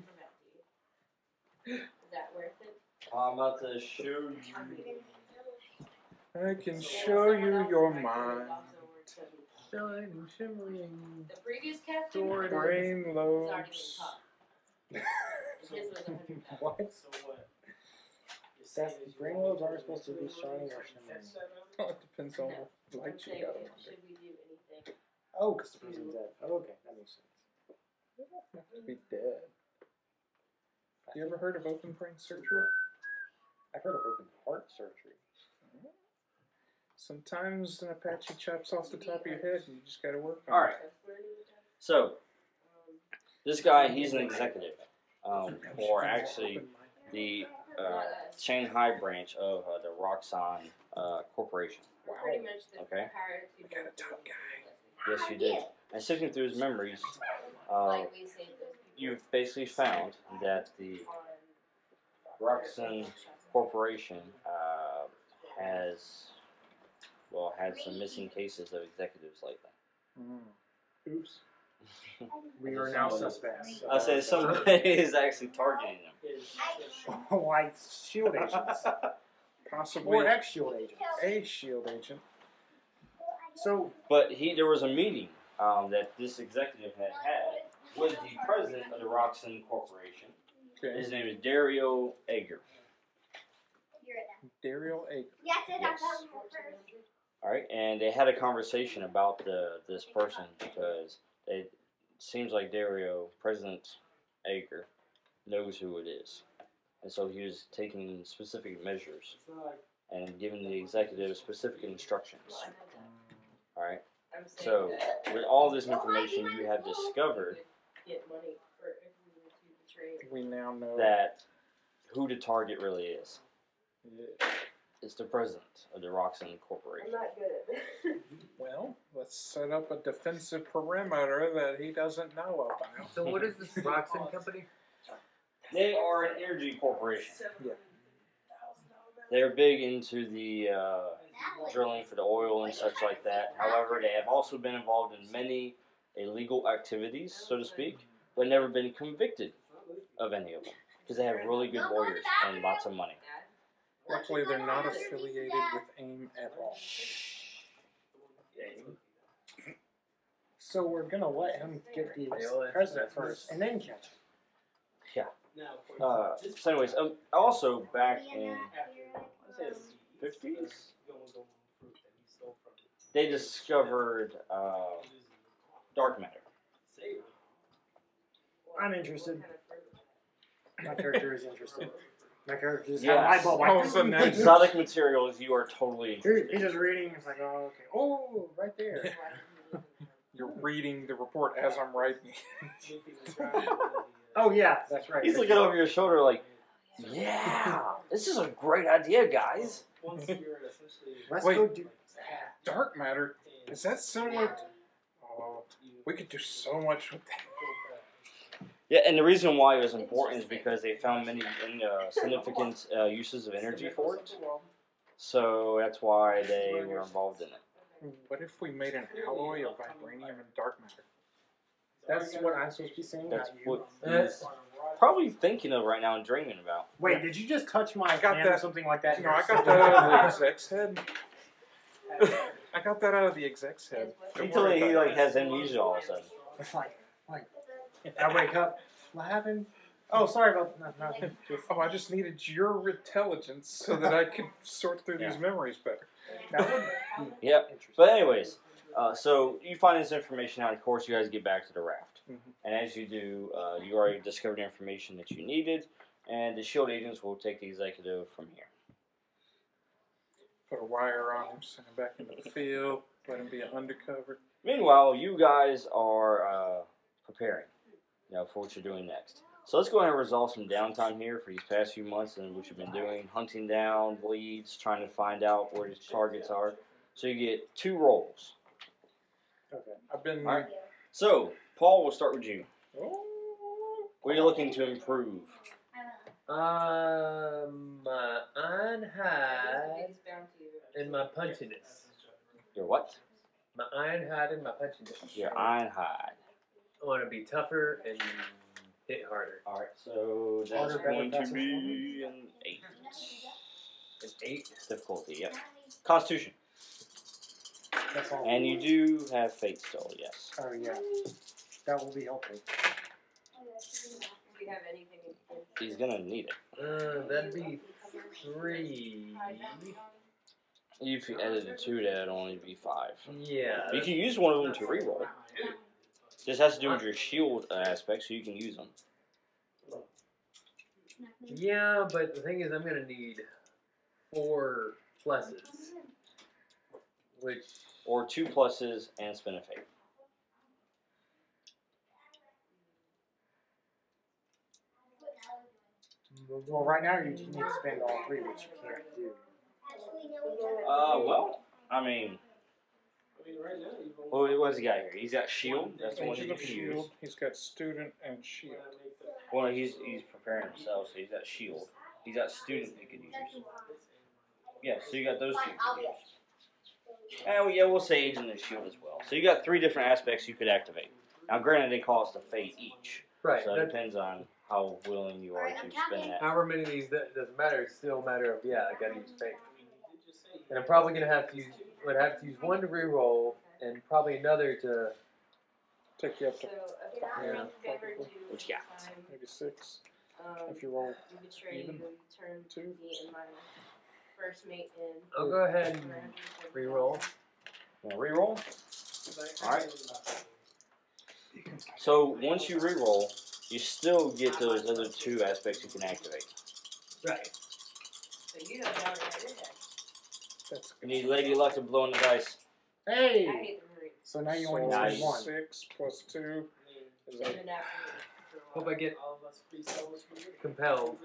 [SPEAKER 6] that to you. Is that worth it?
[SPEAKER 4] I'm about to show you.
[SPEAKER 7] I can show you your mind.
[SPEAKER 5] Shining, shimmering.
[SPEAKER 6] The previous captain
[SPEAKER 5] Sword
[SPEAKER 6] was
[SPEAKER 7] Brain
[SPEAKER 6] already in
[SPEAKER 7] lobes.
[SPEAKER 6] top. His was a hundred pounds.
[SPEAKER 8] What? That's, brain lobes aren't supposed to be shining or shimmering.
[SPEAKER 7] It depends on what
[SPEAKER 6] I'm
[SPEAKER 7] light you
[SPEAKER 6] saying,
[SPEAKER 7] got on.
[SPEAKER 6] should we do anything?
[SPEAKER 8] Oh, because the person's dead. Oh, okay, that makes sense.
[SPEAKER 7] Have to be dead. You ever heard of open brain surgery?
[SPEAKER 8] I've heard of open heart surgery.
[SPEAKER 7] Sometimes an Apache chops off the top of your head and you just gotta work on
[SPEAKER 4] All right.
[SPEAKER 6] Trustworthy with that?
[SPEAKER 4] So this guy, he's an executive, um, or actually the uh, Shanghai branch of uh, the Roxxon uh, Corporation.
[SPEAKER 6] We're pretty much the
[SPEAKER 4] Okay.
[SPEAKER 6] pirates who
[SPEAKER 7] got a
[SPEAKER 6] don't do
[SPEAKER 7] top guy.
[SPEAKER 6] anything.
[SPEAKER 4] Yes, you did. And sifting through his memories, uh,
[SPEAKER 6] Like we saved those people
[SPEAKER 4] you've basically found that the
[SPEAKER 6] on-
[SPEAKER 4] Roxanne corporation uh, has well had some missing cases of executives lately.
[SPEAKER 7] it. Mm.
[SPEAKER 8] Oops. We are now suspects.
[SPEAKER 4] I say somebody is actually targeting them.
[SPEAKER 8] like shield agents.
[SPEAKER 7] Possibly
[SPEAKER 8] Or ex shield agents.
[SPEAKER 7] a shield agent.
[SPEAKER 8] So
[SPEAKER 4] But he, there was a meeting um, that this executive had had with the president of the Roxon Corporation.
[SPEAKER 7] Okay.
[SPEAKER 4] His name is Dario Egger.
[SPEAKER 7] Daryl A.
[SPEAKER 10] Yeah, I said
[SPEAKER 4] Yes.
[SPEAKER 10] that was first.
[SPEAKER 4] All right, and they had a conversation about the this person because it seems like Dario, President Ager, knows who it is, and so he was taking specific measures and giving the executive specific instructions. All right, so with all this information, you have discovered
[SPEAKER 6] Get money for if we were to betray
[SPEAKER 7] We now know
[SPEAKER 4] that who the target really is.
[SPEAKER 7] Yeah.
[SPEAKER 4] It's the president of the Roxanne Corporation.
[SPEAKER 6] I'm not good at this.
[SPEAKER 7] Well, let's set up a defensive perimeter that he doesn't know about.
[SPEAKER 5] So what is this Roxon company?
[SPEAKER 4] They are an energy corporation.
[SPEAKER 7] Yeah.
[SPEAKER 4] They're big into the uh, drilling for the oil and such like that. However, they have also been involved in many illegal activities, so to speak, but never been convicted of any of them because they have really good lawyers and lots of money.
[SPEAKER 7] Luckily, they're not affiliated with AIM at all.
[SPEAKER 8] so we're gonna let him get the
[SPEAKER 5] Yeah.
[SPEAKER 8] president first, and then catch. him.
[SPEAKER 4] Uh, so, anyways, um, also back in fifties, they discovered uh, dark matter.
[SPEAKER 8] I'm interested. My character is interested. My character is
[SPEAKER 4] Yes.
[SPEAKER 8] I bought my
[SPEAKER 7] All of a sudden, that-
[SPEAKER 4] Exotic materials, you are totally
[SPEAKER 8] He-
[SPEAKER 4] intrigued.
[SPEAKER 8] He's just reading. It's like, oh, okay. Oh, right there.
[SPEAKER 7] You're reading the report as I'm writing.
[SPEAKER 8] Oh yeah, that's right.
[SPEAKER 4] He's looking over your shoulder like, yeah, this is a great idea, guys.
[SPEAKER 5] Um,
[SPEAKER 8] Let's
[SPEAKER 7] Wait.
[SPEAKER 8] go do.
[SPEAKER 7] Dark matter is that similar? To, oh, we could do so much with that.
[SPEAKER 4] Yeah, and the reason why it was important is because they found many in, uh, significant uh, uses of energy for it. So that's why they were involved in it.
[SPEAKER 7] What if we made an alloy of vibranium and dark matter?
[SPEAKER 8] That's what I'm supposed to be saying.
[SPEAKER 4] That's
[SPEAKER 8] not you.
[SPEAKER 4] what he's probably thinking of right now and dreaming about.
[SPEAKER 8] Wait, did you just touch my
[SPEAKER 7] I got
[SPEAKER 8] hand or
[SPEAKER 7] that-
[SPEAKER 8] something like that?
[SPEAKER 7] No, I got that out of the exec's head. I got that out of the exec's head. Don't
[SPEAKER 4] Until
[SPEAKER 7] worry
[SPEAKER 4] he
[SPEAKER 7] about
[SPEAKER 4] like has amnesia all of a sudden.
[SPEAKER 8] It's like, like, I wake up. What happened? Oh, sorry about no, no.
[SPEAKER 7] it. Oh, I just needed your intelligence so that I could sort through these memories better.
[SPEAKER 8] That would be
[SPEAKER 4] Yep.
[SPEAKER 8] interesting.
[SPEAKER 4] But anyways, uh, so you find this information out. Of course, you guys get back to the raft,
[SPEAKER 7] Mhm.
[SPEAKER 4] and as you do, uh, you already discovered the information that you needed, and the shield agents will take the executive from here.
[SPEAKER 7] Put a wire on him, send him back into the field, let him be an undercover.
[SPEAKER 4] Meanwhile, you guys are uh, preparing, you know, for what you're doing next. So let's go ahead and resolve some downtime here for these past few months and what you've been doing, hunting down leads, trying to find out where these targets are. So you get two rolls.
[SPEAKER 7] I've been.
[SPEAKER 4] All right. So Paul, we'll start with you.
[SPEAKER 7] Oh,
[SPEAKER 4] What are you looking to improve?
[SPEAKER 5] Um, my iron hide Uh, and my punchiness.
[SPEAKER 4] Your what?
[SPEAKER 5] My iron hide and my punchiness.
[SPEAKER 4] Your Ironhide.
[SPEAKER 5] I want to be tougher and hit harder.
[SPEAKER 4] All right, so that's
[SPEAKER 8] Harder, better,
[SPEAKER 4] going to
[SPEAKER 8] faster.
[SPEAKER 4] be an eight
[SPEAKER 5] An eight.
[SPEAKER 4] difficulty. Yep. Constitution,
[SPEAKER 8] That's all.
[SPEAKER 4] and you do have fate still. Yes.
[SPEAKER 8] Oh yeah, that will be helpful.
[SPEAKER 6] Do you have anything in-
[SPEAKER 4] He's gonna need it.
[SPEAKER 5] Uh, that'd be three.
[SPEAKER 4] If you added a two, that'd only be five.
[SPEAKER 5] Yeah.
[SPEAKER 4] You can use one of them to reroll. This has to do with your shield uh, aspect, so you can use them.
[SPEAKER 5] Yeah, but the thing is, I'm gonna need four pluses, which
[SPEAKER 4] Or two pluses and spin a fate.
[SPEAKER 8] Well, right now you need to spend all three, which you can't do.
[SPEAKER 4] Uh, well, I mean, what what has he got here? He's got shield. That's one
[SPEAKER 7] he's
[SPEAKER 4] he
[SPEAKER 7] got
[SPEAKER 4] can use.
[SPEAKER 7] shield. E He's got student and shield.
[SPEAKER 4] Well, he's he's preparing himself, so he's got shield. E He's got student he can use. Yeah, so you got those two. And well, yeah, we'll say agent and shield E as well. So you got three different aspects you could activate. Now, granted, they cost a fate each,
[SPEAKER 5] right.
[SPEAKER 4] so it
[SPEAKER 5] that-
[SPEAKER 4] depends on how willing you are
[SPEAKER 10] Alright,
[SPEAKER 4] to
[SPEAKER 10] I'm
[SPEAKER 4] spend
[SPEAKER 10] counting.
[SPEAKER 4] that.
[SPEAKER 5] however many of these that doesn't matter. It's still a matter of yeah, I gotta use fake, and I'm probably gonna have to use would have to use one to reroll and probably another to.
[SPEAKER 7] Take you up to
[SPEAKER 6] So a couple
[SPEAKER 5] Yeah.
[SPEAKER 6] of favored you.
[SPEAKER 4] What you
[SPEAKER 6] got?
[SPEAKER 7] maybe six
[SPEAKER 6] Um,
[SPEAKER 7] if you roll.
[SPEAKER 6] you betray
[SPEAKER 7] Even?
[SPEAKER 6] you turn
[SPEAKER 7] Two?
[SPEAKER 6] me and my first mate in.
[SPEAKER 5] I'll go ahead and reroll.
[SPEAKER 4] Wanna reroll? Alright. So once you reroll, you still get those other two aspects you can activate.
[SPEAKER 5] Right.
[SPEAKER 6] So you don't know what that is.
[SPEAKER 7] That's
[SPEAKER 4] You need Lady Luck to blow on the dice.
[SPEAKER 6] I
[SPEAKER 8] Hey!
[SPEAKER 6] hate the Marines.
[SPEAKER 8] So now you
[SPEAKER 7] so
[SPEAKER 8] only
[SPEAKER 4] Now
[SPEAKER 8] need
[SPEAKER 4] you-
[SPEAKER 8] one.
[SPEAKER 7] Six plus two is
[SPEAKER 6] They've
[SPEAKER 7] eight.
[SPEAKER 6] been after
[SPEAKER 5] Hope
[SPEAKER 6] me.
[SPEAKER 5] I get compelled.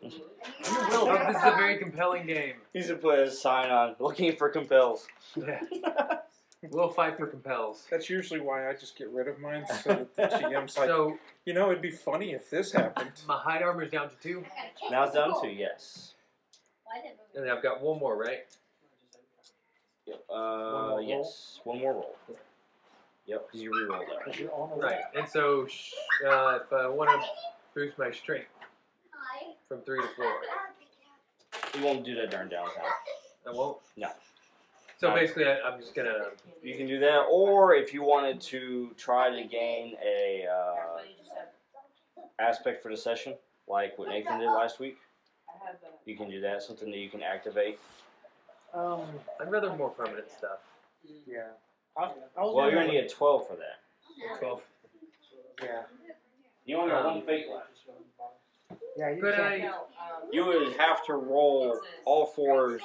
[SPEAKER 10] You
[SPEAKER 5] Hope this is a very compelling game.
[SPEAKER 4] He's a player sign on, looking for compels.
[SPEAKER 5] Yeah. We'll fight for compels.
[SPEAKER 7] That's usually why I just get rid of mine. So that the GM's like,
[SPEAKER 5] So
[SPEAKER 7] you know, it'd be funny if this happened.
[SPEAKER 5] my hide armor's down to two,
[SPEAKER 4] now it's down to yes.
[SPEAKER 5] and I've got one more, right?
[SPEAKER 4] Uh,
[SPEAKER 8] more
[SPEAKER 4] yes. One more roll. Yep, because you rerolled that.
[SPEAKER 8] Because you're on the
[SPEAKER 5] Right. And so sh- uh, if I want to boost my strength from three to four,
[SPEAKER 4] You won't do that during downtime.
[SPEAKER 5] I won't.
[SPEAKER 4] No.
[SPEAKER 5] So basically, I, I'm just gonna.
[SPEAKER 4] You can do that, or if you wanted to try to gain a uh,
[SPEAKER 6] That's why you just have-
[SPEAKER 4] aspect for the session, like what Nathan did last week,
[SPEAKER 6] I have a-
[SPEAKER 4] you can do that. Something that you can activate.
[SPEAKER 8] Um,
[SPEAKER 5] I'd rather more permanent stuff.
[SPEAKER 8] yeah. I, I
[SPEAKER 4] Well,
[SPEAKER 8] was
[SPEAKER 4] you're gonna
[SPEAKER 8] gonna-
[SPEAKER 4] need a twelve for that.
[SPEAKER 5] Twelve.
[SPEAKER 8] Yeah.
[SPEAKER 4] You only got
[SPEAKER 5] Um,
[SPEAKER 4] one fate left.
[SPEAKER 8] Yeah, you
[SPEAKER 5] Could
[SPEAKER 8] can't.
[SPEAKER 5] I-
[SPEAKER 6] No, um,
[SPEAKER 4] You would have to roll all fours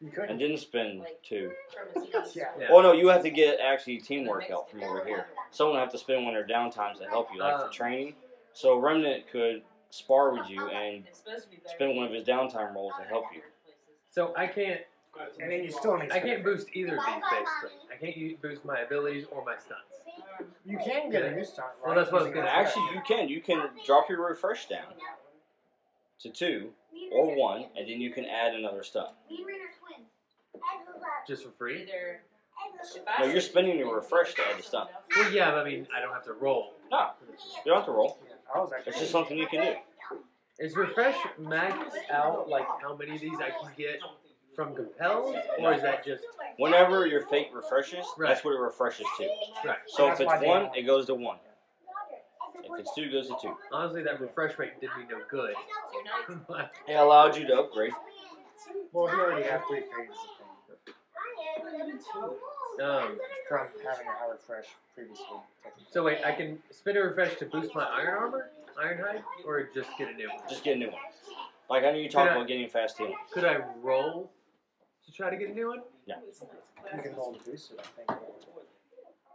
[SPEAKER 8] You couldn't.
[SPEAKER 4] and then spin two.
[SPEAKER 6] From a CD
[SPEAKER 8] Yeah.
[SPEAKER 6] store.
[SPEAKER 5] Yeah.
[SPEAKER 4] Oh no, you have to get actually teamwork help from over here. Someone will have to spend one of their downtimes to help you, like for
[SPEAKER 5] Ah.
[SPEAKER 4] training. So Remnant could spar with you and
[SPEAKER 6] It's supposed to be better.
[SPEAKER 4] spend one of his downtime rolls to help you.
[SPEAKER 5] So I can't.
[SPEAKER 8] And then you still need.
[SPEAKER 5] I can't boost either of these. Basically, I can't u- boost my abilities or my stunts.
[SPEAKER 6] Um,
[SPEAKER 8] You can get a new stunt.
[SPEAKER 5] Well, that's what I was
[SPEAKER 4] And
[SPEAKER 5] gonna-
[SPEAKER 4] actually, you can. You can drop your refresh down to two or one, and then you can add another stuff.
[SPEAKER 10] Me and Ren are twins.
[SPEAKER 5] Just for free?
[SPEAKER 6] either- if
[SPEAKER 4] No,
[SPEAKER 6] I-
[SPEAKER 4] you're spending your refresh to add the stuff.
[SPEAKER 5] Well, yeah. but I mean, I don't have to roll.
[SPEAKER 4] No, you don't have to roll.
[SPEAKER 8] I was actually.
[SPEAKER 4] It's just something you can do.
[SPEAKER 5] Is refresh max out like how many of these I can get from compelled, or is that just
[SPEAKER 4] Whenever your fate refreshes, that's what it refreshes to.
[SPEAKER 5] right?
[SPEAKER 4] So if it's one, it goes to one. If it's two, it goes to two.
[SPEAKER 5] Honestly, that refresh rate did me no good. But
[SPEAKER 4] It allowed you to upgrade.
[SPEAKER 8] Well, he already had three things
[SPEAKER 5] um,
[SPEAKER 8] from having a high refresh previously.
[SPEAKER 5] so wait, I can spin a refresh to boost my iron armor, iron hide, or just get a new one.
[SPEAKER 4] Just get a new one. Like I know you talked about getting fast healing.
[SPEAKER 5] Could I roll to try to get a new one?
[SPEAKER 8] You can roll a boost, I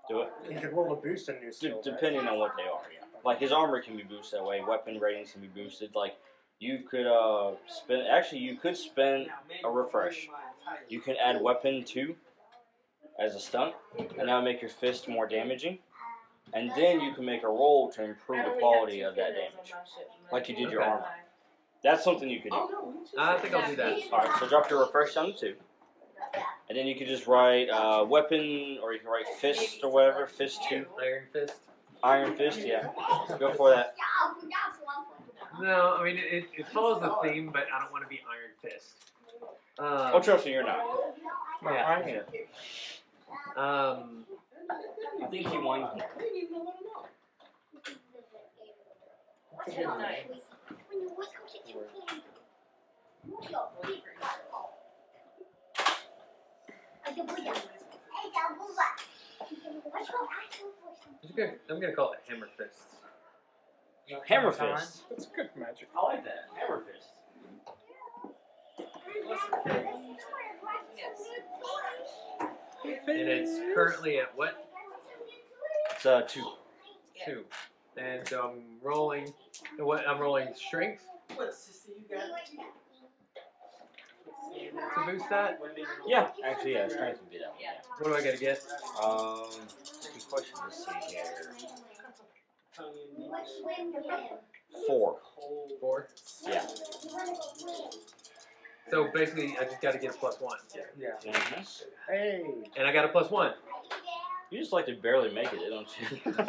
[SPEAKER 4] Do it.
[SPEAKER 8] think. You can roll a boost in new
[SPEAKER 4] D-
[SPEAKER 8] skill. right?
[SPEAKER 4] depending on what they are, yeah. Like his armor can be boosted that way. Weapon ratings can be boosted. Like you could uh spend. Actually, you could spend a refresh. You can add weapon two as a stunt, and that would make your fist more damaging. And then you can make a roll to
[SPEAKER 6] I
[SPEAKER 4] improve the
[SPEAKER 6] only
[SPEAKER 4] quality
[SPEAKER 6] have
[SPEAKER 4] of
[SPEAKER 6] two
[SPEAKER 4] that
[SPEAKER 6] feathers
[SPEAKER 4] damage.
[SPEAKER 6] on my ship, and
[SPEAKER 4] Like you did
[SPEAKER 5] your
[SPEAKER 6] that's
[SPEAKER 4] armor.
[SPEAKER 6] why-
[SPEAKER 4] That's something you could do.
[SPEAKER 5] I think I'll do that.
[SPEAKER 4] All right, so drop your refresh down to two, and then you could just write uh, weapon, or you can write fist or whatever. Fist two,
[SPEAKER 5] Iron fist.
[SPEAKER 4] iron fist. Yeah, go for that.
[SPEAKER 5] No, I mean it, it follows the theme, but I don't want to be iron fist.
[SPEAKER 4] Oh,
[SPEAKER 5] Um,
[SPEAKER 4] trust me, you're not.
[SPEAKER 7] No,
[SPEAKER 5] Yeah.
[SPEAKER 7] I am.
[SPEAKER 5] um,
[SPEAKER 4] I think he won.
[SPEAKER 6] Midnight.
[SPEAKER 5] I'm just gonna- I'm gonna call it hammer fist.
[SPEAKER 4] Hammer fist.
[SPEAKER 7] That's good magic.
[SPEAKER 4] I like that. Hammer fist.
[SPEAKER 5] And it's currently at what?
[SPEAKER 4] It's uh two.
[SPEAKER 5] Two. And so I'm rolling. What I'm rolling strength to boost that.
[SPEAKER 4] Yeah, actually, yeah, strength would be that one.
[SPEAKER 6] Yeah.
[SPEAKER 4] Yeah.
[SPEAKER 5] What do I gotta get?
[SPEAKER 4] Um, good question. Let's see here. Four.
[SPEAKER 5] Four.
[SPEAKER 4] Yeah.
[SPEAKER 5] So basically, I just gotta get a plus one.
[SPEAKER 8] Yeah.
[SPEAKER 4] Mhm.
[SPEAKER 8] Hey.
[SPEAKER 5] And I got a plus one.
[SPEAKER 4] You just like to barely make it, don't you?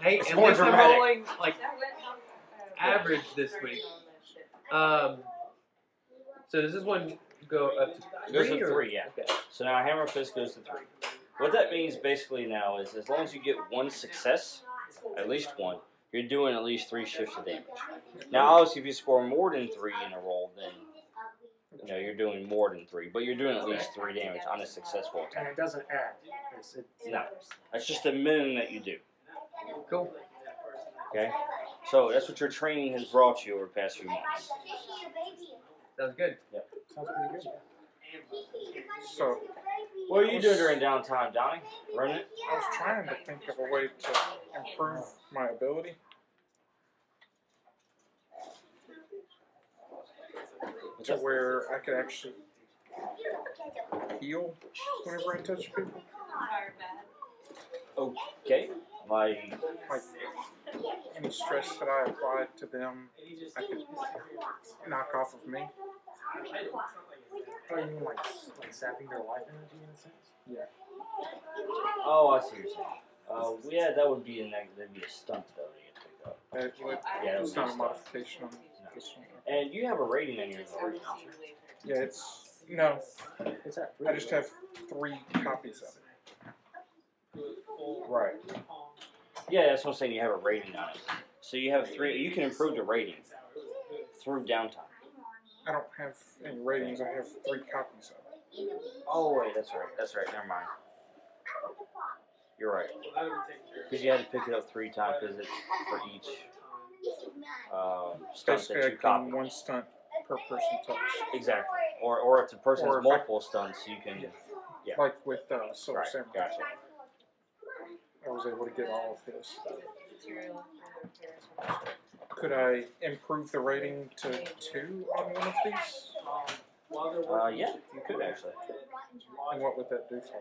[SPEAKER 5] Hey,
[SPEAKER 4] It's
[SPEAKER 5] and
[SPEAKER 4] more
[SPEAKER 5] once I'm
[SPEAKER 4] dramatic.
[SPEAKER 5] rolling like
[SPEAKER 6] That went on, uh,
[SPEAKER 5] average this week.
[SPEAKER 6] on that ship.
[SPEAKER 5] Um, so this is one go up to
[SPEAKER 4] It goes to
[SPEAKER 5] or-
[SPEAKER 4] three, yeah.
[SPEAKER 5] Okay.
[SPEAKER 4] So now hammer and fist goes to three. What that means basically now is as long as you get one success, at least one, you're doing at least three shifts of damage. Now, obviously, if you score more than three in a roll, then you know you're doing more than three, but you're doing at least three damage on a successful attack.
[SPEAKER 8] and it doesn't add. It's, it,
[SPEAKER 4] No, that's just the minimum that you do.
[SPEAKER 5] Cool.
[SPEAKER 4] Okay, so that's what your training has brought you over the past few months.
[SPEAKER 5] Sounds good.
[SPEAKER 8] sounds pretty good.
[SPEAKER 7] So,
[SPEAKER 4] What are you doing during downtime, Donnie? Running?
[SPEAKER 7] I was trying to think of a way to improve my ability. To where I could actually heal whenever I touch people.
[SPEAKER 4] Okay, my
[SPEAKER 7] Like any stress that I apply to them, I could knock off of me.
[SPEAKER 8] Oh, you mean like, like sapping their life energy in a sense?
[SPEAKER 4] oh, I see what you're saying. Uh, yeah, that would be a neg- that'd be a stunt though to get picked up.
[SPEAKER 7] That would-
[SPEAKER 4] Yeah, that would
[SPEAKER 7] It's
[SPEAKER 4] be a
[SPEAKER 7] not a
[SPEAKER 4] stunt.
[SPEAKER 7] modification on this one.
[SPEAKER 4] And you have a rating in your already. don't you?
[SPEAKER 7] Yeah, it's no.
[SPEAKER 8] It's that
[SPEAKER 7] I just have three copies of it.
[SPEAKER 4] Right. Yeah, that's what I'm saying. You have a rating on it, so you have three. You can improve the rating through downtime.
[SPEAKER 7] I don't have any ratings. I have three copies of it.
[SPEAKER 4] Oh wait, that's right. That's right. Never mind. You're right. Because you had to pick it up three times because it's for each um, stunt
[SPEAKER 7] Basically,
[SPEAKER 4] that
[SPEAKER 7] I
[SPEAKER 4] you
[SPEAKER 7] can
[SPEAKER 4] copy.
[SPEAKER 7] one stunt per person touch.
[SPEAKER 4] Exactly. Or or if the person
[SPEAKER 7] Or
[SPEAKER 4] has
[SPEAKER 7] if I-
[SPEAKER 4] multiple stunts, you can. Yeah.
[SPEAKER 7] Like with uh, Silver
[SPEAKER 4] Right.
[SPEAKER 7] Samurai,
[SPEAKER 4] Gotcha.
[SPEAKER 7] I was able to get all of this. Could I improve the rating to two on one of these?
[SPEAKER 4] Uh, yeah, you could actually.
[SPEAKER 7] And what would that do for me?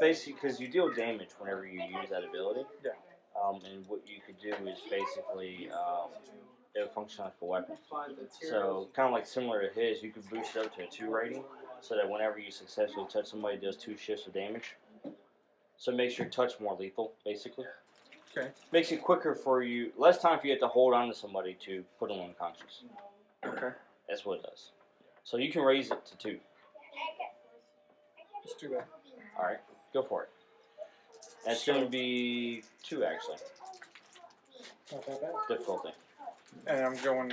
[SPEAKER 4] Basically, because you deal damage whenever you use that ability.
[SPEAKER 7] Yeah.
[SPEAKER 4] Um, and what you could do is basically um, it would function like a weapon. So kind of like similar to his, you could boost it up to a two rating, so that whenever you successfully touch somebody, it does two shifts of damage. So it makes your touch more lethal, basically.
[SPEAKER 7] Okay.
[SPEAKER 4] Makes it quicker for you, less time for you to hold on to somebody to put them unconscious.
[SPEAKER 7] Okay,
[SPEAKER 4] That's what it does. So you can raise it to two.
[SPEAKER 7] let's do that.
[SPEAKER 4] All right, go for it. That's going to be two actually.
[SPEAKER 8] Not that bad.
[SPEAKER 4] Difficulty.
[SPEAKER 7] And I'm going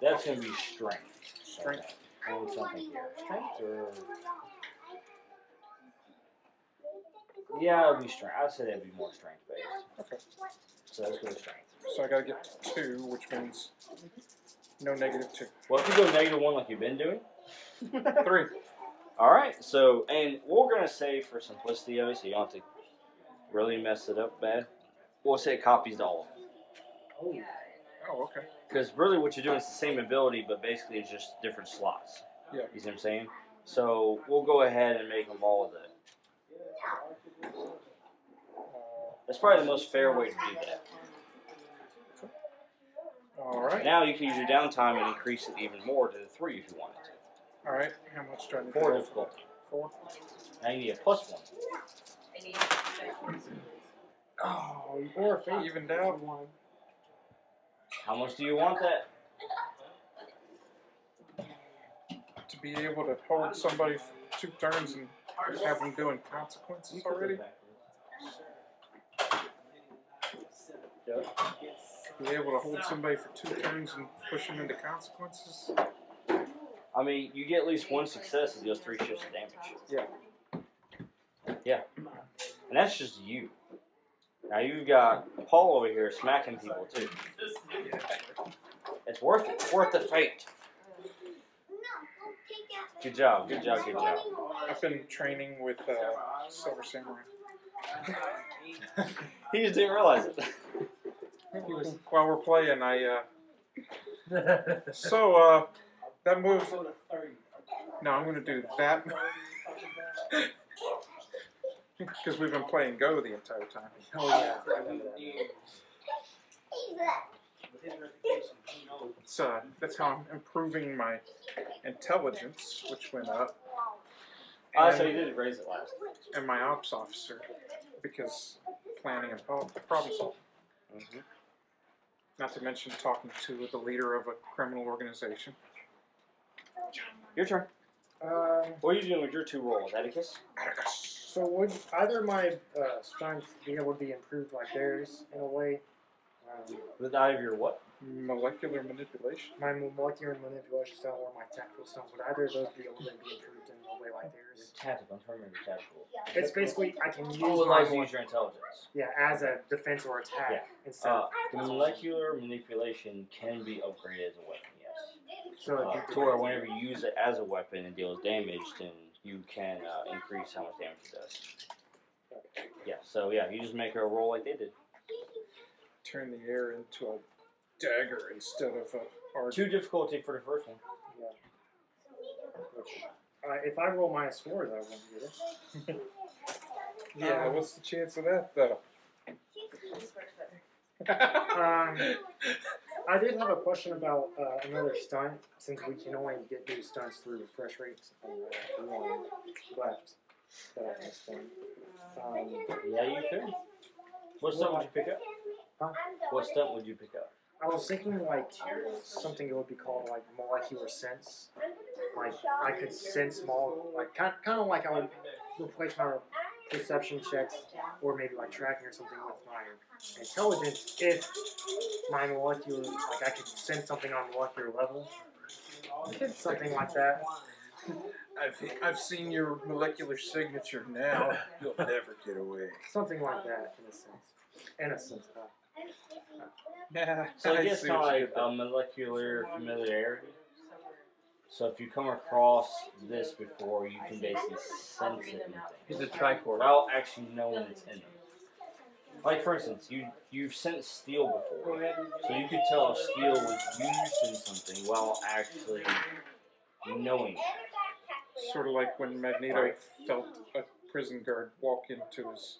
[SPEAKER 4] That's going to be strength.
[SPEAKER 7] strength.
[SPEAKER 4] Hold something here. Strength or yeah, it'd be strength. I'd say that'd be more strength based.
[SPEAKER 7] Okay,
[SPEAKER 4] So let's go with strength.
[SPEAKER 7] so I gotta get two, which means no negative two.
[SPEAKER 4] Well, if you go negative one like you've been doing,
[SPEAKER 7] Three.
[SPEAKER 4] All right. So, and we're gonna say for simplicity of it, so you don't have to really mess it up bad. We'll say it copies to all of them.
[SPEAKER 7] Oh, okay.
[SPEAKER 4] Because really, what you're doing is the same ability, but basically it's just different slots.
[SPEAKER 7] Yeah.
[SPEAKER 4] You see what I'm saying? So we'll go ahead and make them all of that.
[SPEAKER 7] Uh,
[SPEAKER 4] That's probably the most fair way to do that.
[SPEAKER 7] All right.
[SPEAKER 4] Now you can use your downtime and increase it even more to three if you wanted to.
[SPEAKER 7] All right. How much do I need? to
[SPEAKER 4] Four
[SPEAKER 7] roll?
[SPEAKER 4] difficulty.
[SPEAKER 7] Four.
[SPEAKER 4] Now you need a plus one.
[SPEAKER 7] Oh, or if they evened out one.
[SPEAKER 4] How much do you want that?
[SPEAKER 7] to be able to hold somebody for two turns and have them doing consequences already. Be able to hold somebody for two turns and push them into consequences.
[SPEAKER 4] I mean, you get at least one success if those three shifts of damage.
[SPEAKER 7] Yeah.
[SPEAKER 4] Yeah. And that's just you. Now you've got Paul over here smacking people too. It's worth it. Worth the fate. Good job. Good job. Good job.
[SPEAKER 7] I've been training with uh, Silver Samurai.
[SPEAKER 4] He just didn't realize it.
[SPEAKER 7] He was- While we're playing, I
[SPEAKER 5] Good.
[SPEAKER 7] uh, so uh, that move. No, I'm gonna do that because we've been playing Go the entire time.
[SPEAKER 8] Oh, yeah.
[SPEAKER 7] It's, uh, that's how I'm improving my intelligence, which went up.
[SPEAKER 4] Oh, so you did raise it last.
[SPEAKER 7] and my ops officer because planning and pro- problem solving.
[SPEAKER 4] Mhm.
[SPEAKER 7] Not to mention talking to the leader of a criminal organization.
[SPEAKER 4] Your turn.
[SPEAKER 8] Um,
[SPEAKER 4] What are you doing with your two rolls, Atticus?
[SPEAKER 8] so would either my uh, strength be able to be improved like theirs in a way? Um,
[SPEAKER 4] With out of your what?
[SPEAKER 7] Molecular manipulation.
[SPEAKER 8] my molecular manipulation style or my tactical style, would either of those be able to be improved in a way like
[SPEAKER 4] Your
[SPEAKER 8] theirs?
[SPEAKER 4] tactical. I'm turning your tactical.
[SPEAKER 8] It's basically I can use
[SPEAKER 4] You would
[SPEAKER 8] my
[SPEAKER 4] like to
[SPEAKER 8] mole-
[SPEAKER 4] use your intelligence.
[SPEAKER 8] yeah as a defense or attack
[SPEAKER 4] Yeah.
[SPEAKER 8] instead.
[SPEAKER 4] Uh,
[SPEAKER 8] of
[SPEAKER 4] molecular manipulation can be upgraded as a weapon, yes.
[SPEAKER 8] so it'd be
[SPEAKER 4] Uh, to where whenever you use it as a weapon and deals damage, then you can uh, increase how much damage it does. Yeah, so yeah, you just make her roll like they did.
[SPEAKER 7] Turn the air into a dagger instead of a arc.
[SPEAKER 4] Two difficulty for the first one.
[SPEAKER 8] Uh, if I roll minus fours, I wouldn't get it.
[SPEAKER 7] Yeah, what's the chance of that though?
[SPEAKER 8] Um, I did have a question about uh, another stunt, since we can only get new stunts through refresh rates and uh, one left that I missed on. Um,
[SPEAKER 4] Yeah, you could. What stunt would you pick up? What stunt would you pick up?
[SPEAKER 8] I was thinking like something that would be called like molecular sense. Like I could sense mole, like kind kind of like I would replace my perception checks or maybe like tracking or something with my intelligence if my molecular like I could sense something on a molecular level, something like that.
[SPEAKER 7] I've, I've seen your molecular signature now. You'll never get away.
[SPEAKER 8] Something like that, in a sense. In a sense. uh,
[SPEAKER 7] Yeah,
[SPEAKER 4] So I uh,
[SPEAKER 7] I
[SPEAKER 4] guess
[SPEAKER 7] see
[SPEAKER 4] kind of
[SPEAKER 7] what you
[SPEAKER 4] like
[SPEAKER 7] did there.
[SPEAKER 4] a molecular familiarity. So if you come across this before, you can basically sense it. in
[SPEAKER 5] He's a
[SPEAKER 4] things.
[SPEAKER 5] tricorder.
[SPEAKER 4] Without actually knowing it's in them. Like for instance, you you've sensed steel before, so you could tell if steel was used in something while actually knowing. it.
[SPEAKER 7] Sort of like when Magneto felt a prison guard walk into his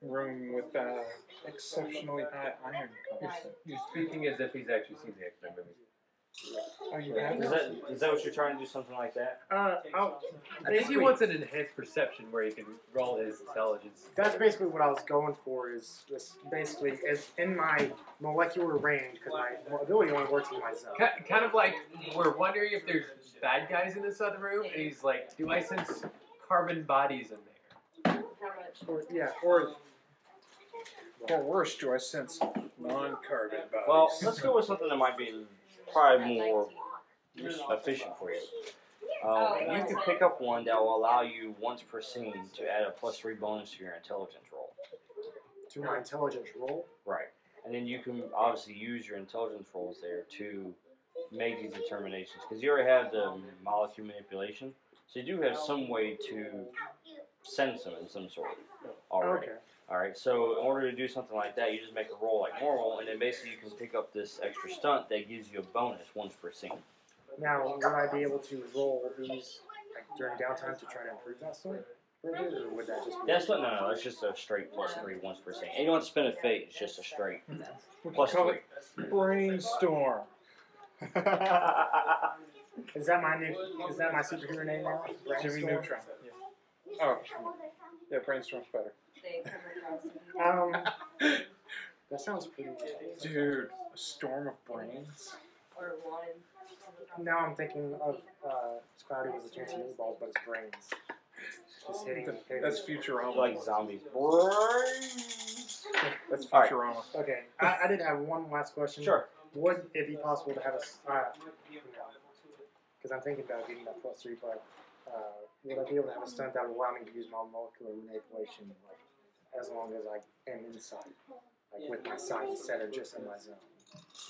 [SPEAKER 7] room with uh, exceptionally high iron content.
[SPEAKER 5] You're speaking as if he's actually seen the X-Men movies.
[SPEAKER 7] Oh, you have
[SPEAKER 4] Is
[SPEAKER 7] it?
[SPEAKER 4] that is that what you're trying to do? Something like that?
[SPEAKER 8] Uh,
[SPEAKER 5] I
[SPEAKER 8] I'll-
[SPEAKER 5] think he
[SPEAKER 8] basically-
[SPEAKER 5] wants an enhanced perception where he can roll his intelligence.
[SPEAKER 8] That's basically what I was going for. Is this basically is in my molecular range because my ability only works in my zone.
[SPEAKER 5] Ki- Kind of like we're wondering if there's bad guys in this other room, and he's like, "Do I sense carbon bodies in there?"
[SPEAKER 8] Or, yeah, or
[SPEAKER 7] Or worse, do I sense non-carbon bodies?
[SPEAKER 4] Well, let's go with something that might be probably more efficient for you. Um, you can pick up one that will allow you once per scene to add a plus three bonus to your intelligence roll.
[SPEAKER 8] to my intelligence roll.
[SPEAKER 4] Right. And then you can obviously use your intelligence rolls there to make these determinations because you already have the molecule manipulation, so you do have some way to sense them in some sort already.
[SPEAKER 8] Okay.
[SPEAKER 4] All right. So in order to do something like that, you just make a roll like normal, and then basically you can pick up this extra stunt that gives you a bonus once per scene.
[SPEAKER 8] Now, would I be able to roll these like, during downtime to try to improve that story? Or would that just be
[SPEAKER 4] That's not no no. That's just a straight plus three once per scene. And you don't have to spend a fate. It's just a straight
[SPEAKER 7] We can
[SPEAKER 4] plus
[SPEAKER 7] call
[SPEAKER 4] three.
[SPEAKER 7] it brainstorm.
[SPEAKER 8] is that my new? Is that my superhero name now?
[SPEAKER 7] Jimmy
[SPEAKER 8] Brainstorm?
[SPEAKER 7] Neutron. Yeah. Oh, yeah, brainstorm's better.
[SPEAKER 8] Um, that sounds pretty.
[SPEAKER 7] Dude, a storm of brains.
[SPEAKER 8] Now I'm thinking of uh, Cloudy was a chance of meatballs, but it's brains. Just hitting. hitting.
[SPEAKER 7] That's Futurama.
[SPEAKER 4] like zombies.
[SPEAKER 7] That's
[SPEAKER 4] All right.
[SPEAKER 7] Futurama.
[SPEAKER 8] Okay, I, I did have one last question.
[SPEAKER 4] Sure.
[SPEAKER 8] Would it be possible to have a s Uh, because I'm thinking about getting that plus three, but uh, would I be able to have a stunt that would allow me to use my molecular manipulation like, as long as I am inside, like with my sight instead of just in my zone?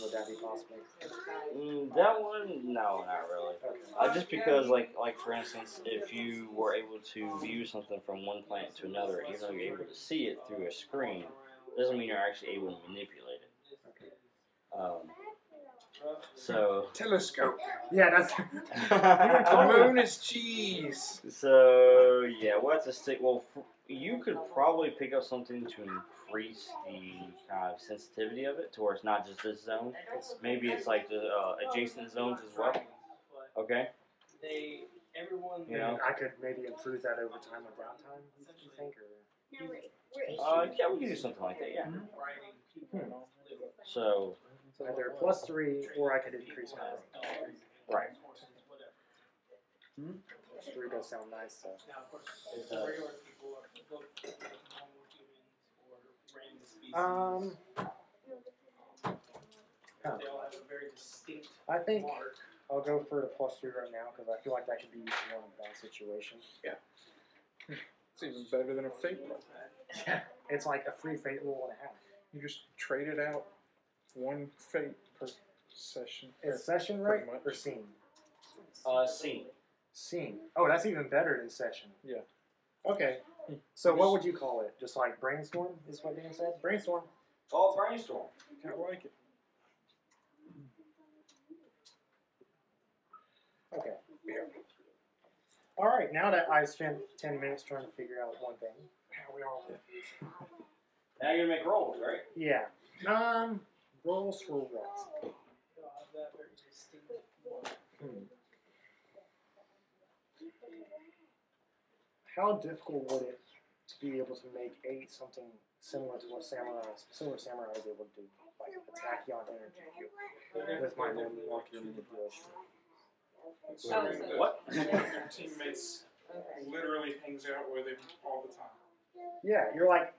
[SPEAKER 8] Would that be possible?
[SPEAKER 4] Mm, that one? No, not really.
[SPEAKER 8] Okay.
[SPEAKER 4] Uh, just because, like, like for instance, if you were able to view something from one planet to another, even though you're able to see it through a screen, doesn't mean you're actually able to manipulate it. Um, so,
[SPEAKER 7] Telescope.
[SPEAKER 8] Yeah, that's
[SPEAKER 7] the moon is cheese.
[SPEAKER 4] so yeah, we'll have to stick. Well, f- you could probably pick up something to increase the kind of sensitivity of it, to where it's not just this zone. Maybe it's like the uh, adjacent zones as well. Okay,
[SPEAKER 11] They, everyone.
[SPEAKER 4] you know.
[SPEAKER 8] I could maybe improve that over time with downtime. You think? Or?
[SPEAKER 4] Uh, yeah, we can do something like that. Yeah. Hmm. So,
[SPEAKER 8] So either plus three, or I could increase my.
[SPEAKER 4] right.
[SPEAKER 8] Hmm? Three does sound nice, though.
[SPEAKER 11] Now, of course,
[SPEAKER 4] It does.
[SPEAKER 11] regular people are they'll- they'll become more humans or random species.
[SPEAKER 8] Um,
[SPEAKER 11] They all have a very distinct
[SPEAKER 8] I think
[SPEAKER 11] mark.
[SPEAKER 8] I'll go for the plus three right now because I feel like that could be used in a bad situation.
[SPEAKER 7] It's even better than a fake.
[SPEAKER 8] Yeah, it's like a free fate roll and a half.
[SPEAKER 7] You just trade it out one fate per session.
[SPEAKER 8] Is session right
[SPEAKER 7] Pretty
[SPEAKER 8] or scene?
[SPEAKER 4] Uh, scene.
[SPEAKER 8] Scene. Oh, that's even better than session.
[SPEAKER 7] Yeah. Hmm.
[SPEAKER 8] Okay. So what would you call it? Just like brainstorm is what Dan said. Brainstorm.
[SPEAKER 4] Oh, brainstorm.
[SPEAKER 7] I like it.
[SPEAKER 8] Okay. All right. Now that I spent ten minutes trying to figure out one thing, we all
[SPEAKER 4] Now you're gonna make rolls, right?
[SPEAKER 8] yeah. Um, rolls for what?
[SPEAKER 11] They'll have that very distinct mark.
[SPEAKER 8] Hmm. How difficult would it to be able to make eight something similar to what samurai, silver samurai is able to do, like attack you on energy you? with my molecular manipulation.
[SPEAKER 4] What?
[SPEAKER 7] Your teammates
[SPEAKER 6] Okay.
[SPEAKER 7] literally hangs out with him all the time.
[SPEAKER 8] Yeah, you're like,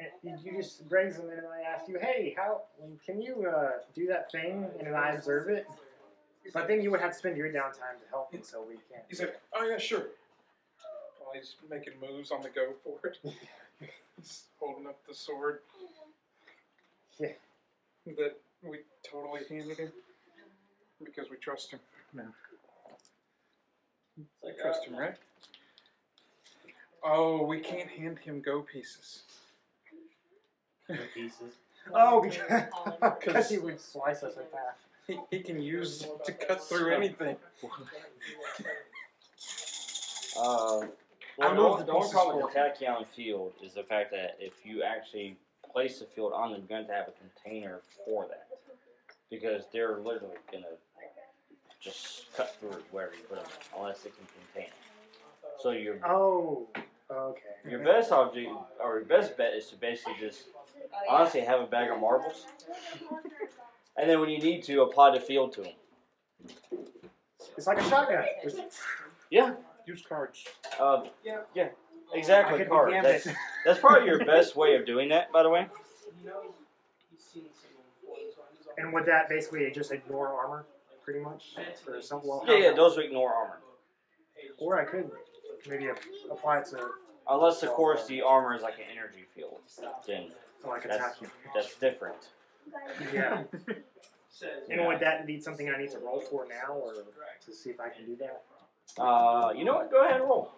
[SPEAKER 8] and you you just raise them and I ask you, hey, how can you uh, do that thing? And then I observe it. But then you would have to spend your downtime to help me, so we can't.
[SPEAKER 7] He's like, oh yeah, sure. While he's making moves on the go for it, he's holding up the sword
[SPEAKER 8] Yeah.
[SPEAKER 7] that we totally handed him because we trust him. No,
[SPEAKER 4] It's like, uh,
[SPEAKER 7] trust him, right? Oh, we can't hand him go pieces.
[SPEAKER 4] uh, pieces.
[SPEAKER 8] Oh, because 'cause he would slice us in half.
[SPEAKER 7] He, he can use it to cut through anything.
[SPEAKER 4] Uh,
[SPEAKER 7] I
[SPEAKER 4] well,
[SPEAKER 7] moved
[SPEAKER 4] the
[SPEAKER 7] the
[SPEAKER 4] only
[SPEAKER 7] pieces
[SPEAKER 4] problem
[SPEAKER 7] forward.
[SPEAKER 4] with the tachyon field is the fact that if you actually place the field on them, you're going to have a container for that. Because they're literally going to just cut through wherever you put them, unless they can contain it. So your
[SPEAKER 8] Oh, okay.
[SPEAKER 4] your best object, or your best bet is to basically just, honestly, have a bag of marbles. And then when you need to, apply the field to them.
[SPEAKER 8] It's like a shotgun. There's-
[SPEAKER 4] Yeah,
[SPEAKER 7] Use cards.
[SPEAKER 4] uh,
[SPEAKER 11] Yeah.
[SPEAKER 4] yeah,
[SPEAKER 8] I
[SPEAKER 4] exactly,
[SPEAKER 8] could
[SPEAKER 4] Carl.
[SPEAKER 8] be
[SPEAKER 4] That's,
[SPEAKER 8] Gambit.
[SPEAKER 4] that's probably your best way of doing that, by the way.
[SPEAKER 11] You know, he's seen someone before, so I'm just like-
[SPEAKER 8] And would that basically just ignore armor, pretty much? Or some, well,
[SPEAKER 4] Yeah, yeah, those would ignore armor.
[SPEAKER 8] Or I could maybe a- apply it to
[SPEAKER 4] Unless, of course, the armor is like an energy field. Then
[SPEAKER 8] like
[SPEAKER 4] that's,
[SPEAKER 8] attack you.
[SPEAKER 4] that's different.
[SPEAKER 8] Yeah.
[SPEAKER 11] Says,
[SPEAKER 8] And would that be something I need to roll for now, or to see if I can do that?
[SPEAKER 4] Uh, you know what? Go ahead and roll.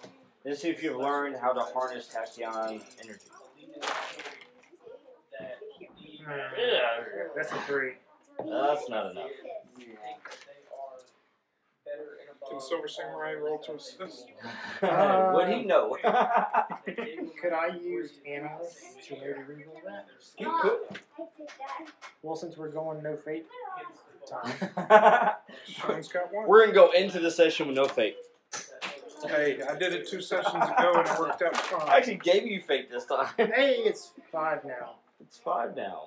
[SPEAKER 4] Let's see if you've learned how to harness Tachyon energy.
[SPEAKER 11] that
[SPEAKER 8] Hmm.
[SPEAKER 4] Yeah,
[SPEAKER 8] That's a three.
[SPEAKER 4] that's not enough.
[SPEAKER 11] you think that they are better and above
[SPEAKER 7] Can Silver Samurai roll to assist?
[SPEAKER 4] would he know?
[SPEAKER 8] Could I use animals to maybe reroll that?
[SPEAKER 4] you could.
[SPEAKER 8] Well, since we're going no fate time,
[SPEAKER 7] Sean's got one.
[SPEAKER 4] We're gonna go into the session with no fate.
[SPEAKER 7] Hey, I did it two sessions ago and it worked out
[SPEAKER 4] I
[SPEAKER 7] fine.
[SPEAKER 4] actually gave you fate this time.
[SPEAKER 8] hey, it's five now.
[SPEAKER 4] It's five now.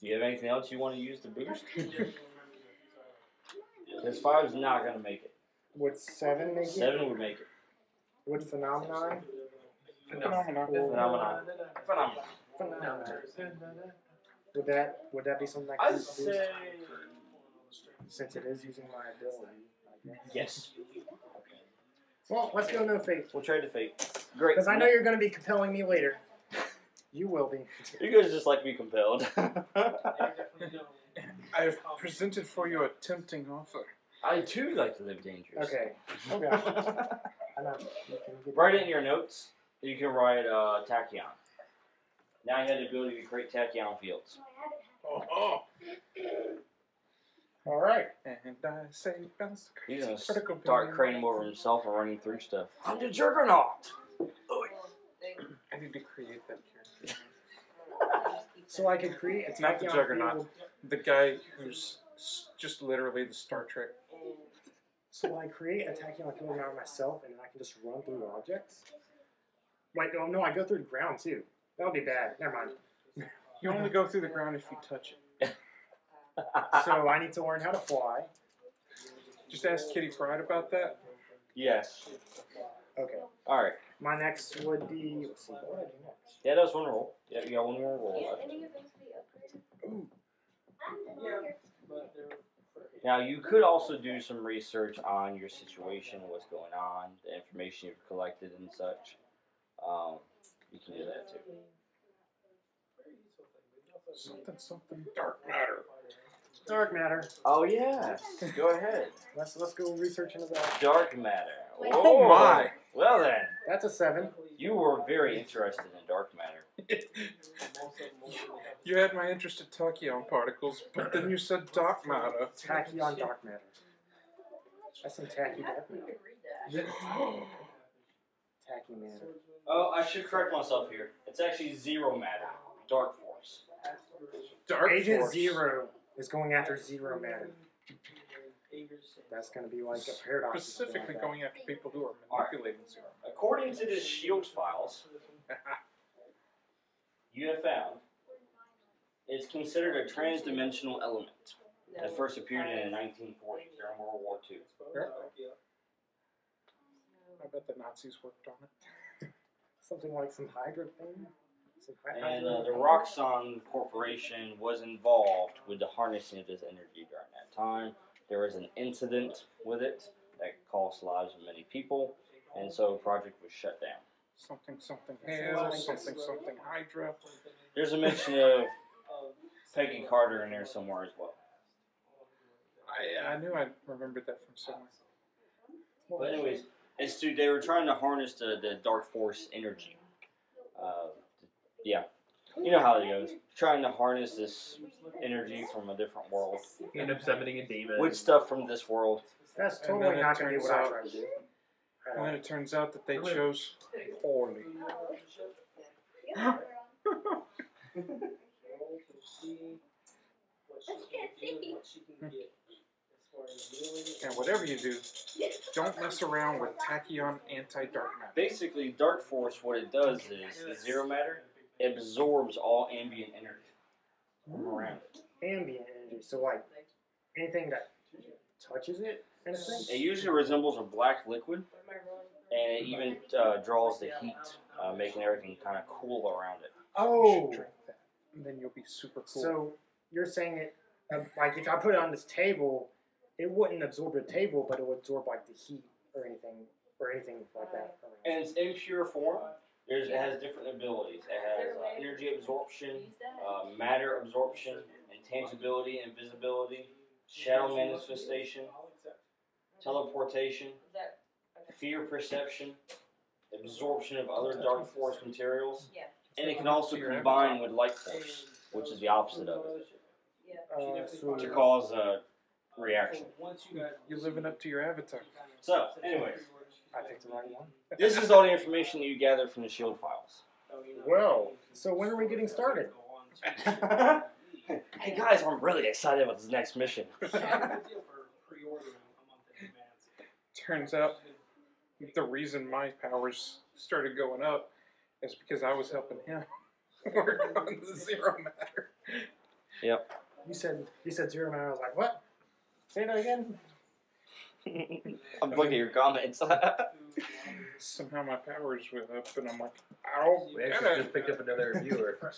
[SPEAKER 4] Do you have anything else you want to use to boost? Because five's not gonna make it.
[SPEAKER 8] Would seven make it?
[SPEAKER 4] Seven would make it.
[SPEAKER 8] Would phenomenon?
[SPEAKER 7] Phenomenon.
[SPEAKER 4] Phenomenon. Phenomenon.
[SPEAKER 8] Phenomenon. Would that would that be something I
[SPEAKER 4] I
[SPEAKER 8] could do
[SPEAKER 4] say
[SPEAKER 8] since it is using my ability? I guess.
[SPEAKER 4] yes.
[SPEAKER 8] Well, let's go no fate
[SPEAKER 4] We'll trade the fate. Great.
[SPEAKER 8] because I know you're going to be compelling me later. You will be.
[SPEAKER 4] you guys just like to be compelled.
[SPEAKER 7] I have presented for you a tempting offer.
[SPEAKER 4] I too like to live dangerous.
[SPEAKER 8] Okay. Okay. Oh, I know. You can get-
[SPEAKER 4] Write it in your notes. You can write uh, tachyon. Now you have the ability to create tachyon fields.
[SPEAKER 7] Oh,
[SPEAKER 8] All right.
[SPEAKER 7] and I say, that's
[SPEAKER 4] He's gonna
[SPEAKER 7] critical
[SPEAKER 4] start
[SPEAKER 7] point.
[SPEAKER 4] craning over himself and running through stuff. I'm the juggernaut.
[SPEAKER 7] I need to create that character.
[SPEAKER 8] So I could create.
[SPEAKER 7] It's not the
[SPEAKER 8] Tachyon
[SPEAKER 7] Juggernaut.
[SPEAKER 8] field.
[SPEAKER 7] The guy who's s- just literally the Star Trek.
[SPEAKER 8] So I create a tachyon field around myself, and then I can just run through objects. Wait, no, no, I go through the ground too. That would be bad. Never mind.
[SPEAKER 7] You only go through the ground if you touch it.
[SPEAKER 8] Uh, So I need to learn how to fly.
[SPEAKER 7] Just ask Kitty Pride about that.
[SPEAKER 4] Yes.
[SPEAKER 8] Okay.
[SPEAKER 4] All right.
[SPEAKER 8] My next would be. Let's see, what would I do next?
[SPEAKER 4] Yeah, that was one roll. Yeah, you got one more roll left. Now you could also do some research on your situation, what's going on, the information you've collected and such. Um, you can do that too.
[SPEAKER 7] Something, something, dark matter.
[SPEAKER 8] Dark matter.
[SPEAKER 4] Oh yes, go ahead.
[SPEAKER 8] Let's let's go research into that.
[SPEAKER 4] Dark matter.
[SPEAKER 7] Oh my.
[SPEAKER 4] Well then,
[SPEAKER 8] That's a seven.
[SPEAKER 4] you were very interested in dark matter.
[SPEAKER 7] You had my interest in tachyon particles, but then you said dark matter.
[SPEAKER 8] Tacky on dark matter. That's some tacky dark matter. Tacky matter.
[SPEAKER 4] Oh, I should correct myself here. It's actually zero matter, dark force.
[SPEAKER 7] Dark
[SPEAKER 8] Agent
[SPEAKER 7] force.
[SPEAKER 8] Zero is going after zero matter. That's gonna be like a paradox. or something like
[SPEAKER 7] Specifically
[SPEAKER 8] that.
[SPEAKER 7] going after people who are
[SPEAKER 4] Alright.
[SPEAKER 7] manipulating zero.
[SPEAKER 4] According to the Shield files, you have found is considered a transdimensional element that first appeared in the 1940s during World War II.
[SPEAKER 7] I bet the Nazis worked on it.
[SPEAKER 8] Something like some Hydra thing. Some hy-
[SPEAKER 4] And uh,
[SPEAKER 8] Hydra-
[SPEAKER 4] the Roxxon Corporation was involved with the harnessing of this energy during that time. There was an incident with it that cost lives of many people, and so the project was shut down.
[SPEAKER 7] Something, something,
[SPEAKER 8] That sounds
[SPEAKER 7] hail,
[SPEAKER 8] like
[SPEAKER 7] something, something, Hydra.
[SPEAKER 4] There's a mention of Peggy Carter in there somewhere as well.
[SPEAKER 7] I, I knew I remembered that from somewhere.
[SPEAKER 4] But anyways, it's to they were trying to harness the, the dark force energy. Uh, yeah, you know how it goes. Trying to harness this energy from a different world.
[SPEAKER 5] End up summoning a demon.
[SPEAKER 4] Which stuff from this world?
[SPEAKER 8] That's
[SPEAKER 7] And then
[SPEAKER 8] totally
[SPEAKER 7] it
[SPEAKER 8] not gonna be
[SPEAKER 7] turns
[SPEAKER 8] what I
[SPEAKER 7] out-
[SPEAKER 8] try to do. at
[SPEAKER 7] And then
[SPEAKER 8] all.
[SPEAKER 7] it turns out that they chose poorly. And whatever you do, don't mess around with tachyon anti-dark matter.
[SPEAKER 4] Basically, dark force. What it does is the zero matter absorbs all ambient energy from around it.
[SPEAKER 8] Ambient energy. So like anything that touches it, in a sense.
[SPEAKER 4] It usually resembles a black liquid, and it even uh, draws the heat, uh, making everything kind of cool around it.
[SPEAKER 8] Oh.
[SPEAKER 7] drink that. And then you'll be super cool.
[SPEAKER 8] So you're saying it um, like if I put it on this table, it wouldn't absorb the table, but it would absorb like the heat or anything or anything like that.
[SPEAKER 4] And it's in pure form. There's, it has different abilities. It has uh, energy absorption, uh, matter absorption, intangibility, invisibility, shadow manifestation,
[SPEAKER 8] Uh,
[SPEAKER 4] teleportation, fear perception, absorption of other dark force materials, and it can also combine with light force, which is the opposite of it,
[SPEAKER 8] Uh, so
[SPEAKER 4] to cause a reaction.
[SPEAKER 7] You're living up to your avatar.
[SPEAKER 4] So, anyways,
[SPEAKER 8] I picked the right one.
[SPEAKER 4] this is all the information that you gathered from the shield files.
[SPEAKER 8] Well, so when are we getting started?
[SPEAKER 4] hey guys, I'm really excited about this next mission.
[SPEAKER 7] Turns out the reason my powers started going up is because I was helping him work on the zero matter.
[SPEAKER 8] You said you said zero man. I was like, what? Say that again.
[SPEAKER 4] I'm looking at your comments.
[SPEAKER 7] Somehow my powers went up, and I'm like, ow,
[SPEAKER 5] We actually just picked up another viewer.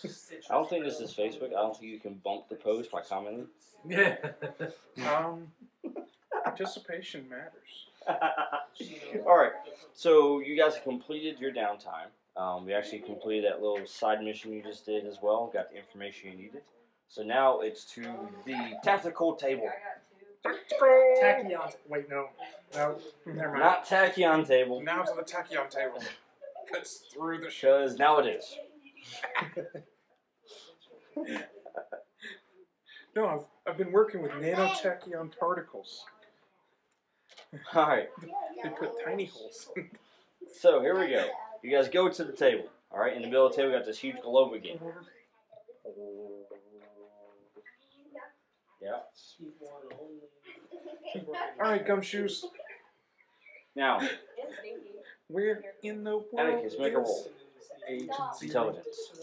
[SPEAKER 4] I don't think this is Facebook. I don't think you can bump the post by commenting.
[SPEAKER 5] Yeah.
[SPEAKER 7] um, participation matters.
[SPEAKER 4] All right. So you guys completed your downtime. Um, we actually completed that little side mission you just did as well. Got the information you needed. So now it's to the tactical table,
[SPEAKER 8] Tachyon. Wait, no, no. Never mind.
[SPEAKER 4] not tachyon table,
[SPEAKER 7] Now to the tachyon table. Cuts through the shit.
[SPEAKER 4] because now it is.
[SPEAKER 7] No, I've, I've been working with nanotachyon particles.
[SPEAKER 4] All right.
[SPEAKER 7] They put tiny holes in
[SPEAKER 4] So here we go. You guys go to the table. All right. In the middle of the table, we got this huge globe again. Yeah.
[SPEAKER 7] Alright, gumshoes,
[SPEAKER 4] Now,
[SPEAKER 7] we're in the world.
[SPEAKER 4] Atticus, make a
[SPEAKER 7] is-
[SPEAKER 4] roll. Intelligence.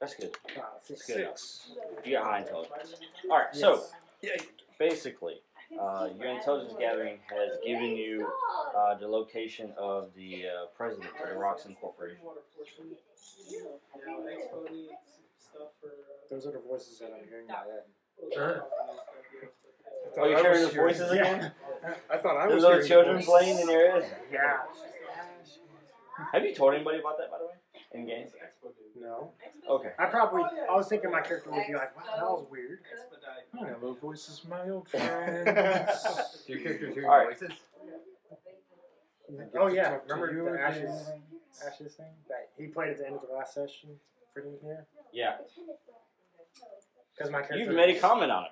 [SPEAKER 4] That's good.
[SPEAKER 8] Ah, six.
[SPEAKER 4] Good enough. You got high intelligence.
[SPEAKER 11] Yes.
[SPEAKER 4] All right. So
[SPEAKER 8] Yes.
[SPEAKER 7] Yeah,
[SPEAKER 4] basically, Uh, your intelligence gathering has given you uh, the location of the uh, president of the Roxon Corporation.
[SPEAKER 11] Now, exponents stuff for. Uh,
[SPEAKER 8] Those are the voices that I'm hearing. in my head.
[SPEAKER 7] Sure.
[SPEAKER 11] I
[SPEAKER 4] Oh, you're
[SPEAKER 7] I
[SPEAKER 4] hearing
[SPEAKER 7] was
[SPEAKER 4] the voices
[SPEAKER 7] hearing-
[SPEAKER 4] again?
[SPEAKER 7] I thought I
[SPEAKER 4] The
[SPEAKER 7] was
[SPEAKER 4] little
[SPEAKER 7] hearing
[SPEAKER 4] children
[SPEAKER 7] voices.
[SPEAKER 4] playing in your ears?
[SPEAKER 8] Yeah.
[SPEAKER 4] Have you told anybody about that, by the way? In games?
[SPEAKER 8] No.
[SPEAKER 4] Okay.
[SPEAKER 8] I probably. I was thinking my character would be like, wow, that was weird.
[SPEAKER 7] Hello, voices, my old friends.
[SPEAKER 5] Your character's hearing
[SPEAKER 4] All right.
[SPEAKER 5] voices?
[SPEAKER 8] Oh yeah,
[SPEAKER 7] you
[SPEAKER 8] remember the
[SPEAKER 7] again.
[SPEAKER 8] ashes, ashes thing that he played at the end of the last session for me here?
[SPEAKER 4] Yeah.
[SPEAKER 8] Because my character.
[SPEAKER 4] You've made a comment on it.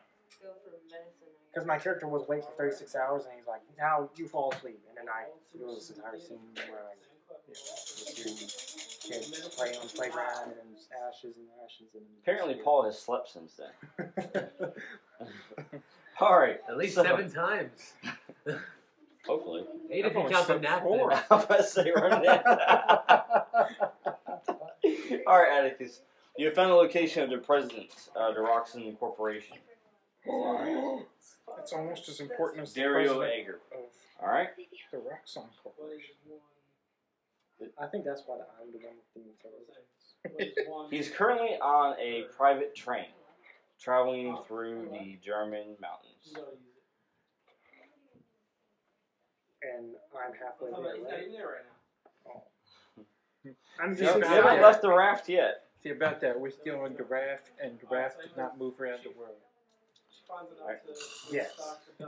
[SPEAKER 8] Because my character was awake for 36 hours, and he's like, now you fall asleep, and then I it was this entire scene where I was hearing kids playing on the playground and just ashes and ashes and.
[SPEAKER 4] Apparently, Paul has slept since then. All right.
[SPEAKER 5] At least
[SPEAKER 4] so-
[SPEAKER 5] seven times.
[SPEAKER 4] Hopefully.
[SPEAKER 5] Eight
[SPEAKER 7] I've
[SPEAKER 5] if you
[SPEAKER 7] only
[SPEAKER 5] count the
[SPEAKER 7] slept
[SPEAKER 5] nap.
[SPEAKER 7] four.
[SPEAKER 5] then.
[SPEAKER 4] I was about to say run that. All right, Atticus. You have found the location of the president, uh, the Roxon Corporation,
[SPEAKER 7] It's almost as important as the
[SPEAKER 4] Dario
[SPEAKER 7] president
[SPEAKER 4] Ager.
[SPEAKER 8] "Oh,
[SPEAKER 7] of
[SPEAKER 4] All right.
[SPEAKER 7] the Roxxon Corporation.
[SPEAKER 8] I think that's why I'm the one with the intelligence.
[SPEAKER 4] He's currently on a private train traveling through the German mountains.
[SPEAKER 8] and I'm halfway there. Right?
[SPEAKER 7] I'm
[SPEAKER 4] You haven't
[SPEAKER 7] about
[SPEAKER 4] you haven't
[SPEAKER 7] that.
[SPEAKER 4] left the raft yet.
[SPEAKER 7] See, about that, we're still on Giraffe, and Giraffe did not move around the world.
[SPEAKER 8] Yes.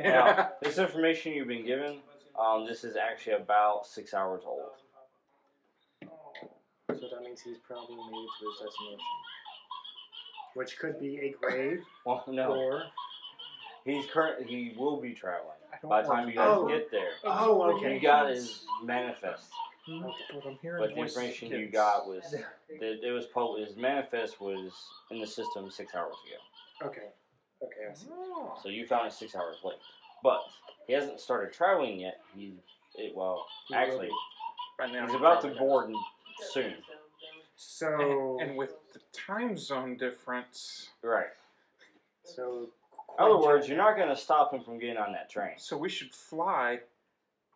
[SPEAKER 4] Now, this information you've been given, um, this is actually about six hours old.
[SPEAKER 8] So that means he's probably made it to his destination, which could be a grave
[SPEAKER 4] Well, no,
[SPEAKER 8] or
[SPEAKER 4] he's current. He will be traveling
[SPEAKER 7] I don't
[SPEAKER 4] by the time
[SPEAKER 7] want-
[SPEAKER 4] you guys
[SPEAKER 8] Oh.
[SPEAKER 4] get there.
[SPEAKER 8] oh,
[SPEAKER 4] What you
[SPEAKER 8] okay.
[SPEAKER 4] got is manifest,
[SPEAKER 7] But I'm hearing
[SPEAKER 4] but the
[SPEAKER 7] voices,
[SPEAKER 4] information you
[SPEAKER 7] kids.
[SPEAKER 4] got was that it was po- his manifest was in the system six hours ago.
[SPEAKER 8] Okay. Okay. I see.
[SPEAKER 7] Oh.
[SPEAKER 4] So you found it six hours late, but he hasn't started traveling yet. He, it, well,
[SPEAKER 8] He will
[SPEAKER 4] actually,
[SPEAKER 8] be.
[SPEAKER 7] By now
[SPEAKER 4] he's
[SPEAKER 7] he
[SPEAKER 4] about to
[SPEAKER 7] probably
[SPEAKER 4] board soon.
[SPEAKER 8] So Oh.
[SPEAKER 7] has. And with the time zone difference,
[SPEAKER 4] Right.
[SPEAKER 8] so.
[SPEAKER 4] In other words, you're not going to stop him from getting on that train.
[SPEAKER 7] so we should fly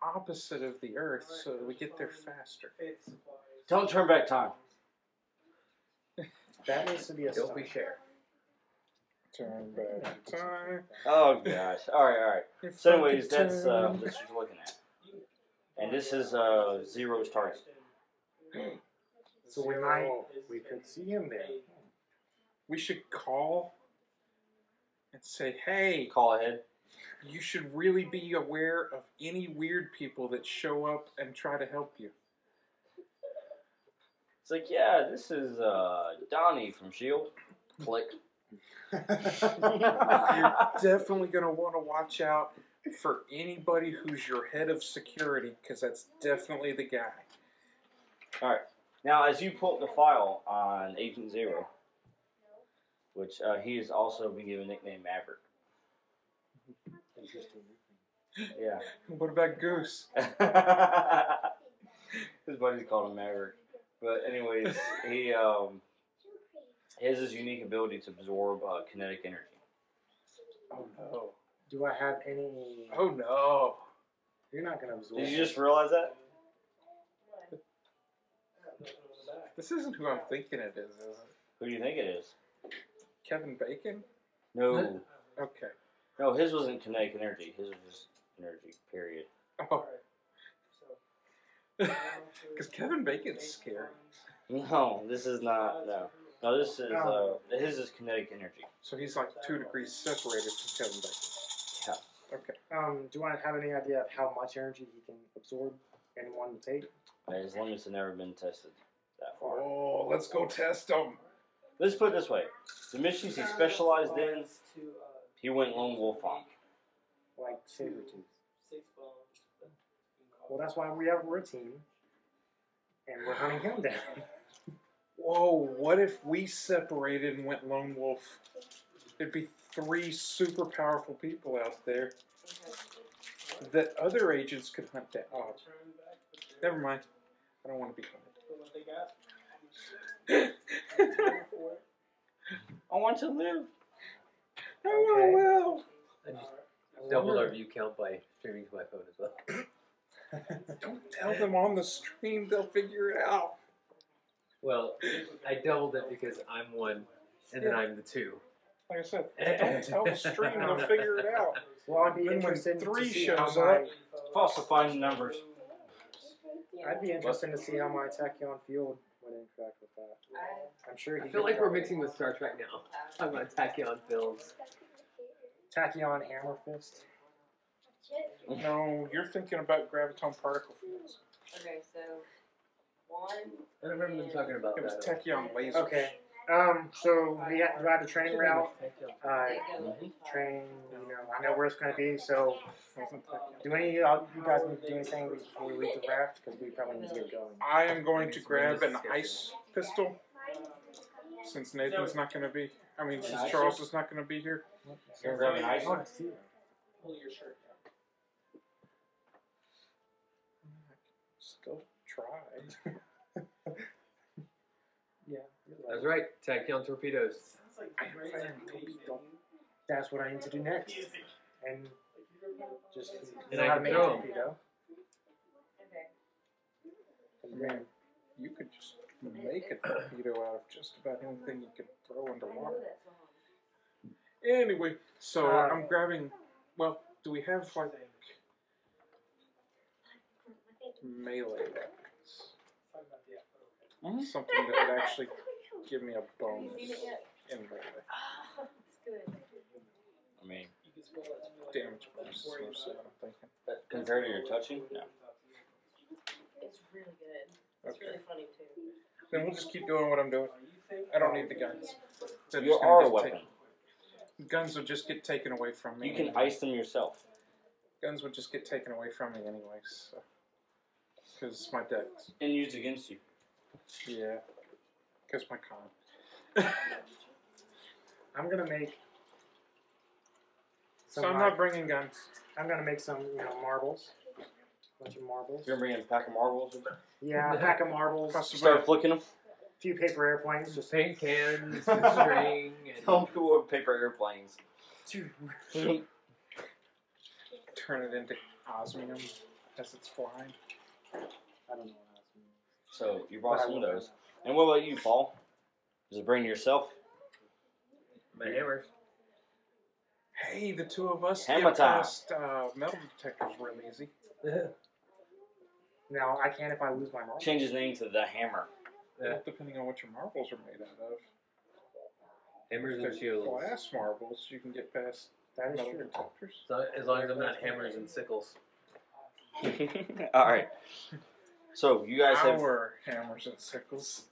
[SPEAKER 7] opposite of the Earth so that we get there faster.
[SPEAKER 4] Don't turn back time.
[SPEAKER 8] That needs to be a
[SPEAKER 5] Don't
[SPEAKER 8] stop.
[SPEAKER 5] be share.
[SPEAKER 7] Turn back time.
[SPEAKER 4] Oh gosh. All right, all right. So, anyways, that's uh, that's what you're looking at, and this is uh, zero's target.
[SPEAKER 8] So we might we could see him there.
[SPEAKER 7] we should call and say, hey,
[SPEAKER 4] Call ahead.
[SPEAKER 7] you should really be aware of any weird people that show up and try to help you.
[SPEAKER 4] It's like, yeah, this is uh, Donnie from Shield. Click.
[SPEAKER 7] You're definitely going to want to watch out for anybody who's your head of security because that's definitely the guy.
[SPEAKER 4] Now, as you pull up the file on Agent Zero, which uh, he has also been given the nickname Maverick.
[SPEAKER 8] Interesting.
[SPEAKER 4] Yeah.
[SPEAKER 7] What about Goose?
[SPEAKER 4] His buddies called him Maverick. But anyways, he um, he has his unique ability to absorb uh, kinetic energy.
[SPEAKER 7] Oh no.
[SPEAKER 8] Do I have any?
[SPEAKER 7] Oh no.
[SPEAKER 8] You're not gonna absorb.
[SPEAKER 4] Did you just realize that?
[SPEAKER 7] This isn't who I'm thinking it is, is it?
[SPEAKER 4] Who do you think it is?
[SPEAKER 7] Kevin Bacon?
[SPEAKER 4] No,
[SPEAKER 7] Okay.
[SPEAKER 4] no, his wasn't kinetic energy. His was just energy. Period.
[SPEAKER 7] Oh. Because Kevin Bacon's scary.
[SPEAKER 4] No, this is not. No, no, this is uh, his is kinetic energy.
[SPEAKER 7] So he's like two degrees separated from Kevin Bacon.
[SPEAKER 4] Yeah.
[SPEAKER 7] Okay.
[SPEAKER 8] Um. Do I have any idea of how much energy he can absorb in one take?
[SPEAKER 4] Uh, His limits have never been tested that far.
[SPEAKER 7] Oh, let's go test him.
[SPEAKER 4] Let's put it this way: the missions he specialized in, he went lone wolf on.
[SPEAKER 8] Like Sabretooth. Well, that's why we have we're a team, and we're hunting him down.
[SPEAKER 7] Whoa, what if we separated and went lone wolf? There'd be three super powerful people out there that other agents could hunt down. Oh, never mind. I don't want to be hunted.
[SPEAKER 4] I want to live.
[SPEAKER 7] Oh, well.
[SPEAKER 5] Uh, I just, I Double our view count by streaming to my phone as well.
[SPEAKER 7] Don't tell them on the stream; they'll figure it out.
[SPEAKER 5] Well, I doubled it because I'm one, and then
[SPEAKER 7] Yeah.
[SPEAKER 5] I'm the two.
[SPEAKER 7] Like I said, don't tell the stream; they'll figure it out.
[SPEAKER 8] Well, I'd be
[SPEAKER 7] Then when
[SPEAKER 8] interested
[SPEAKER 7] three
[SPEAKER 8] to see how
[SPEAKER 7] shows
[SPEAKER 8] my,
[SPEAKER 7] up-
[SPEAKER 4] Falsifying numbers.
[SPEAKER 8] I'd be interested to see how my Tachyon Field would interact with that. I'm sure he
[SPEAKER 5] I feel
[SPEAKER 8] could
[SPEAKER 5] like we're
[SPEAKER 8] probably-
[SPEAKER 5] mixing with Star Trek now. I'm gonna tack you on Bills.
[SPEAKER 8] Tachyon Hammer Fist.
[SPEAKER 7] No, you're thinking about graviton particle fields.
[SPEAKER 6] Okay, so one.
[SPEAKER 5] I don't remember them talking about
[SPEAKER 7] It was
[SPEAKER 5] that.
[SPEAKER 7] tachyon lasers.
[SPEAKER 8] Okay. Um, so we had to ride the train route. Uh,
[SPEAKER 6] They go
[SPEAKER 8] train, you know, I know where it's going to be, so do any of y'all- you guys need to do anything before we leave the raft? Because we probably need to get going.
[SPEAKER 7] I am going to
[SPEAKER 5] It's
[SPEAKER 7] grab an
[SPEAKER 5] disgusting.
[SPEAKER 7] ice pistol since Nathan's not going to be. I mean, since
[SPEAKER 4] Nice.
[SPEAKER 7] Charles is not going to be here.
[SPEAKER 4] Gonna grab an ice.
[SPEAKER 8] Oh, I see.
[SPEAKER 11] Pull your shirt down.
[SPEAKER 7] Still try.
[SPEAKER 8] Yeah. you're right.
[SPEAKER 5] That's right. Tack you on torpedoes.
[SPEAKER 11] Sounds like
[SPEAKER 7] I am
[SPEAKER 11] great
[SPEAKER 7] fine,
[SPEAKER 11] idea,
[SPEAKER 7] don't be
[SPEAKER 11] man.
[SPEAKER 7] dumb.
[SPEAKER 8] That's what I need to do next.
[SPEAKER 11] Music.
[SPEAKER 8] And just
[SPEAKER 5] And
[SPEAKER 8] know
[SPEAKER 5] I
[SPEAKER 8] how to
[SPEAKER 5] can
[SPEAKER 8] make
[SPEAKER 5] throw
[SPEAKER 8] a
[SPEAKER 5] 'em.
[SPEAKER 8] torpedo.
[SPEAKER 6] Okay.
[SPEAKER 7] And Man, you could just make a torpedo out of just about anything you could throw into
[SPEAKER 6] I know
[SPEAKER 7] water.
[SPEAKER 6] that song.
[SPEAKER 7] Anyway, so
[SPEAKER 8] Uh,
[SPEAKER 7] I'm grabbing. Well, do we have like melee weapons?
[SPEAKER 11] Talking about the outfit, okay.
[SPEAKER 7] Mm-hmm. Something that would actually give me a
[SPEAKER 6] Have you
[SPEAKER 7] bonus
[SPEAKER 6] seen it yet?
[SPEAKER 7] in melee.
[SPEAKER 6] Ah, it's good.
[SPEAKER 4] I mean,
[SPEAKER 11] You can still let me, like,
[SPEAKER 7] damage
[SPEAKER 11] not
[SPEAKER 7] versus
[SPEAKER 11] worry
[SPEAKER 7] mercy,
[SPEAKER 11] about
[SPEAKER 7] I'm thinking.
[SPEAKER 4] compared to your touching, no.
[SPEAKER 6] It's really good. It's
[SPEAKER 7] Okay.
[SPEAKER 6] really funny too.
[SPEAKER 7] Then we'll just keep doing what I'm doing.
[SPEAKER 11] it. You think
[SPEAKER 7] I don't need the guns. They're
[SPEAKER 4] You
[SPEAKER 7] just gonna
[SPEAKER 4] are a
[SPEAKER 7] get
[SPEAKER 4] weapon.
[SPEAKER 7] taken- Guns would just get taken away from me.
[SPEAKER 4] You can
[SPEAKER 7] anyway.
[SPEAKER 4] ice them yourself.
[SPEAKER 7] Guns would just get taken away from me anyway, so. Because my decks.
[SPEAKER 4] And used against you.
[SPEAKER 7] Yeah. Because my con.
[SPEAKER 8] I'm going to make. Some
[SPEAKER 7] so I'm
[SPEAKER 8] like-
[SPEAKER 7] not bringing guns.
[SPEAKER 8] I'm gonna make some, you know, marbles. Bunch of marbles.
[SPEAKER 4] You're gonna bring in a pack of marbles.
[SPEAKER 8] Yeah, a pack of marbles, a
[SPEAKER 7] Possibly-
[SPEAKER 4] Start flicking them.
[SPEAKER 8] few paper airplanes, just
[SPEAKER 5] Just paint cans, and string, and
[SPEAKER 4] people with paper airplanes.
[SPEAKER 8] two.
[SPEAKER 7] turn it into osmium as it's flying.
[SPEAKER 8] I don't know what else.
[SPEAKER 4] so you brought some of those. And what about you, Paul? Does it bring yourself?
[SPEAKER 5] my hammer.
[SPEAKER 7] Hey, the two of us
[SPEAKER 4] Hammer
[SPEAKER 7] get
[SPEAKER 4] time.
[SPEAKER 7] past uh, metal detectors real easy.
[SPEAKER 8] Now I can if I lose my marbles.
[SPEAKER 4] Change his name to the Hammer.
[SPEAKER 5] Yeah.
[SPEAKER 7] Depending on what your marbles are made out of.
[SPEAKER 5] Hammers
[SPEAKER 7] If
[SPEAKER 5] and
[SPEAKER 7] they're
[SPEAKER 5] shields.
[SPEAKER 7] Glass marbles, you can get past
[SPEAKER 8] That is
[SPEAKER 7] metal
[SPEAKER 8] true.
[SPEAKER 7] detectors.
[SPEAKER 5] So- As long as I'm not hammers and sickles.
[SPEAKER 4] All right. So you guys have
[SPEAKER 7] Our hammers and sickles.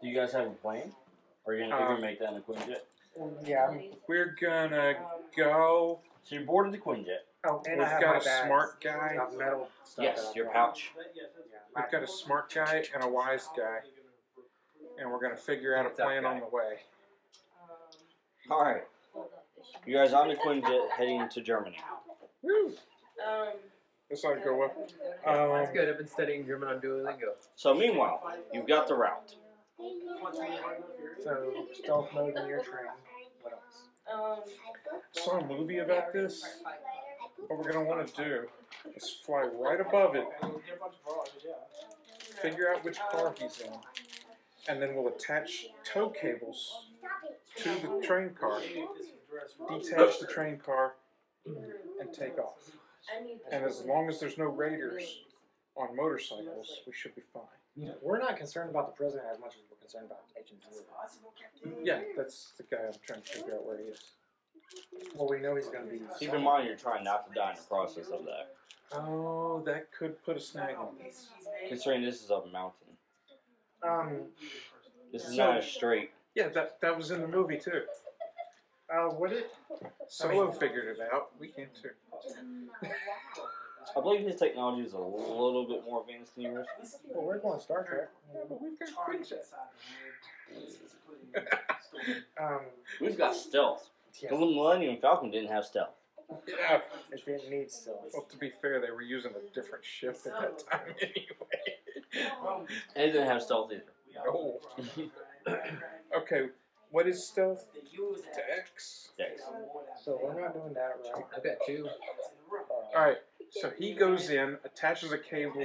[SPEAKER 4] do you guys have a plan? Or are you gonna, you're
[SPEAKER 7] Um,
[SPEAKER 4] gonna make that in a Quinjet?
[SPEAKER 8] Well, yeah. I'm-
[SPEAKER 7] We're gonna go.
[SPEAKER 4] So you're boarded the Quinjet.
[SPEAKER 8] Oh, and I
[SPEAKER 7] We've
[SPEAKER 8] have
[SPEAKER 7] got
[SPEAKER 8] my
[SPEAKER 7] a
[SPEAKER 8] bags
[SPEAKER 7] smart guy.
[SPEAKER 8] of metal stuff.
[SPEAKER 4] Yes,
[SPEAKER 8] that I
[SPEAKER 4] your
[SPEAKER 8] brought.
[SPEAKER 4] pouch.
[SPEAKER 11] But yeah, that's-
[SPEAKER 8] Yeah, my-
[SPEAKER 7] We've got a smart guy and a wise guy, and we're gonna figure out a plan on the way.
[SPEAKER 6] Um,
[SPEAKER 4] All right.
[SPEAKER 6] hold up, it should be-
[SPEAKER 4] You guys on the Quinjet heading to Germany.
[SPEAKER 7] Woo!
[SPEAKER 6] Um.
[SPEAKER 7] This ought to go well.
[SPEAKER 4] Oh.
[SPEAKER 5] That's
[SPEAKER 7] Um,
[SPEAKER 5] good. I've been studying German on Duolingo.
[SPEAKER 4] So meanwhile, you've got the route.
[SPEAKER 8] So stealth mode in your train. What else?
[SPEAKER 6] Um.
[SPEAKER 7] saw a movie about this. What we're gonna want to do is fly right above it,
[SPEAKER 11] Get a bunch of bras, yeah.
[SPEAKER 7] figure out which car he's in, and then we'll attach tow cables to the train car, detach the train car, and take off.
[SPEAKER 6] I need
[SPEAKER 7] And as long as there's no raiders on motorcycles, we should be fine.
[SPEAKER 8] We're not concerned about the president as much as we're concerned about Agent Zero.
[SPEAKER 7] Yeah, that's the guy I'm trying to figure out where he is.
[SPEAKER 8] Well, we know he's going to be.
[SPEAKER 4] Keep in mind you're trying not to die in the process of that.
[SPEAKER 7] Oh, that could put a snag in this.
[SPEAKER 4] Considering this is a mountain.
[SPEAKER 8] Um.
[SPEAKER 4] This is not a straight.
[SPEAKER 7] Yeah, that that was in the movie too.
[SPEAKER 8] Uh, would it?
[SPEAKER 7] Solo figured it out. We can too.
[SPEAKER 4] I believe his technology is a little bit more advanced than yours.
[SPEAKER 8] Well, we're going Star Trek.
[SPEAKER 7] Yeah, but we've got Quinjet.
[SPEAKER 8] Um.
[SPEAKER 4] We've got stealth.
[SPEAKER 8] Yeah.
[SPEAKER 4] Because the Millennium Falcon didn't have stealth.
[SPEAKER 7] Yeah.
[SPEAKER 8] It didn't need stealth.
[SPEAKER 7] Well, to be fair, they were using a different ship at that time anyway.
[SPEAKER 4] And it didn't have stealth either.
[SPEAKER 7] Oh. Okay, What is stealth?
[SPEAKER 11] They use that.
[SPEAKER 7] Dex.
[SPEAKER 4] Dex.
[SPEAKER 8] So we're not doing that right. Uh,
[SPEAKER 5] I've got two.
[SPEAKER 7] All right. So he goes in, attaches a cable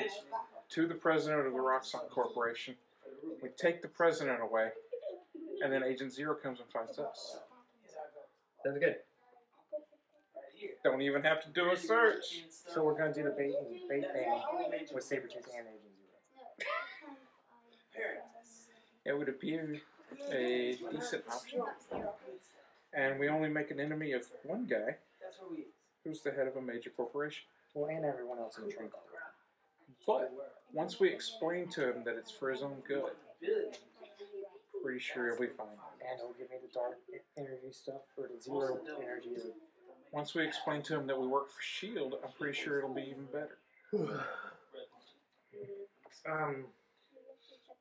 [SPEAKER 7] to the president of the Roxxon Corporation. We take the president away, and then Agent Zero comes and finds us.
[SPEAKER 5] Sounds good.
[SPEAKER 7] Don't even have to do a search.
[SPEAKER 8] So we're gonna do the bait and bait thing with Sabretooth and Agent Zero.
[SPEAKER 7] It would appear a decent option. And we only make an enemy of one guy who's the head of a major corporation.
[SPEAKER 8] Well, and everyone else in the train.
[SPEAKER 7] But once we explain to him that it's for his own good, pretty sure he'll be fine.
[SPEAKER 8] And he'll give me the dark e-, energy stuff or the zero energy.
[SPEAKER 7] Once we explain to him that we work for S.H.I.E.L.D., E I'm pretty sure it'll be even better.
[SPEAKER 8] Um,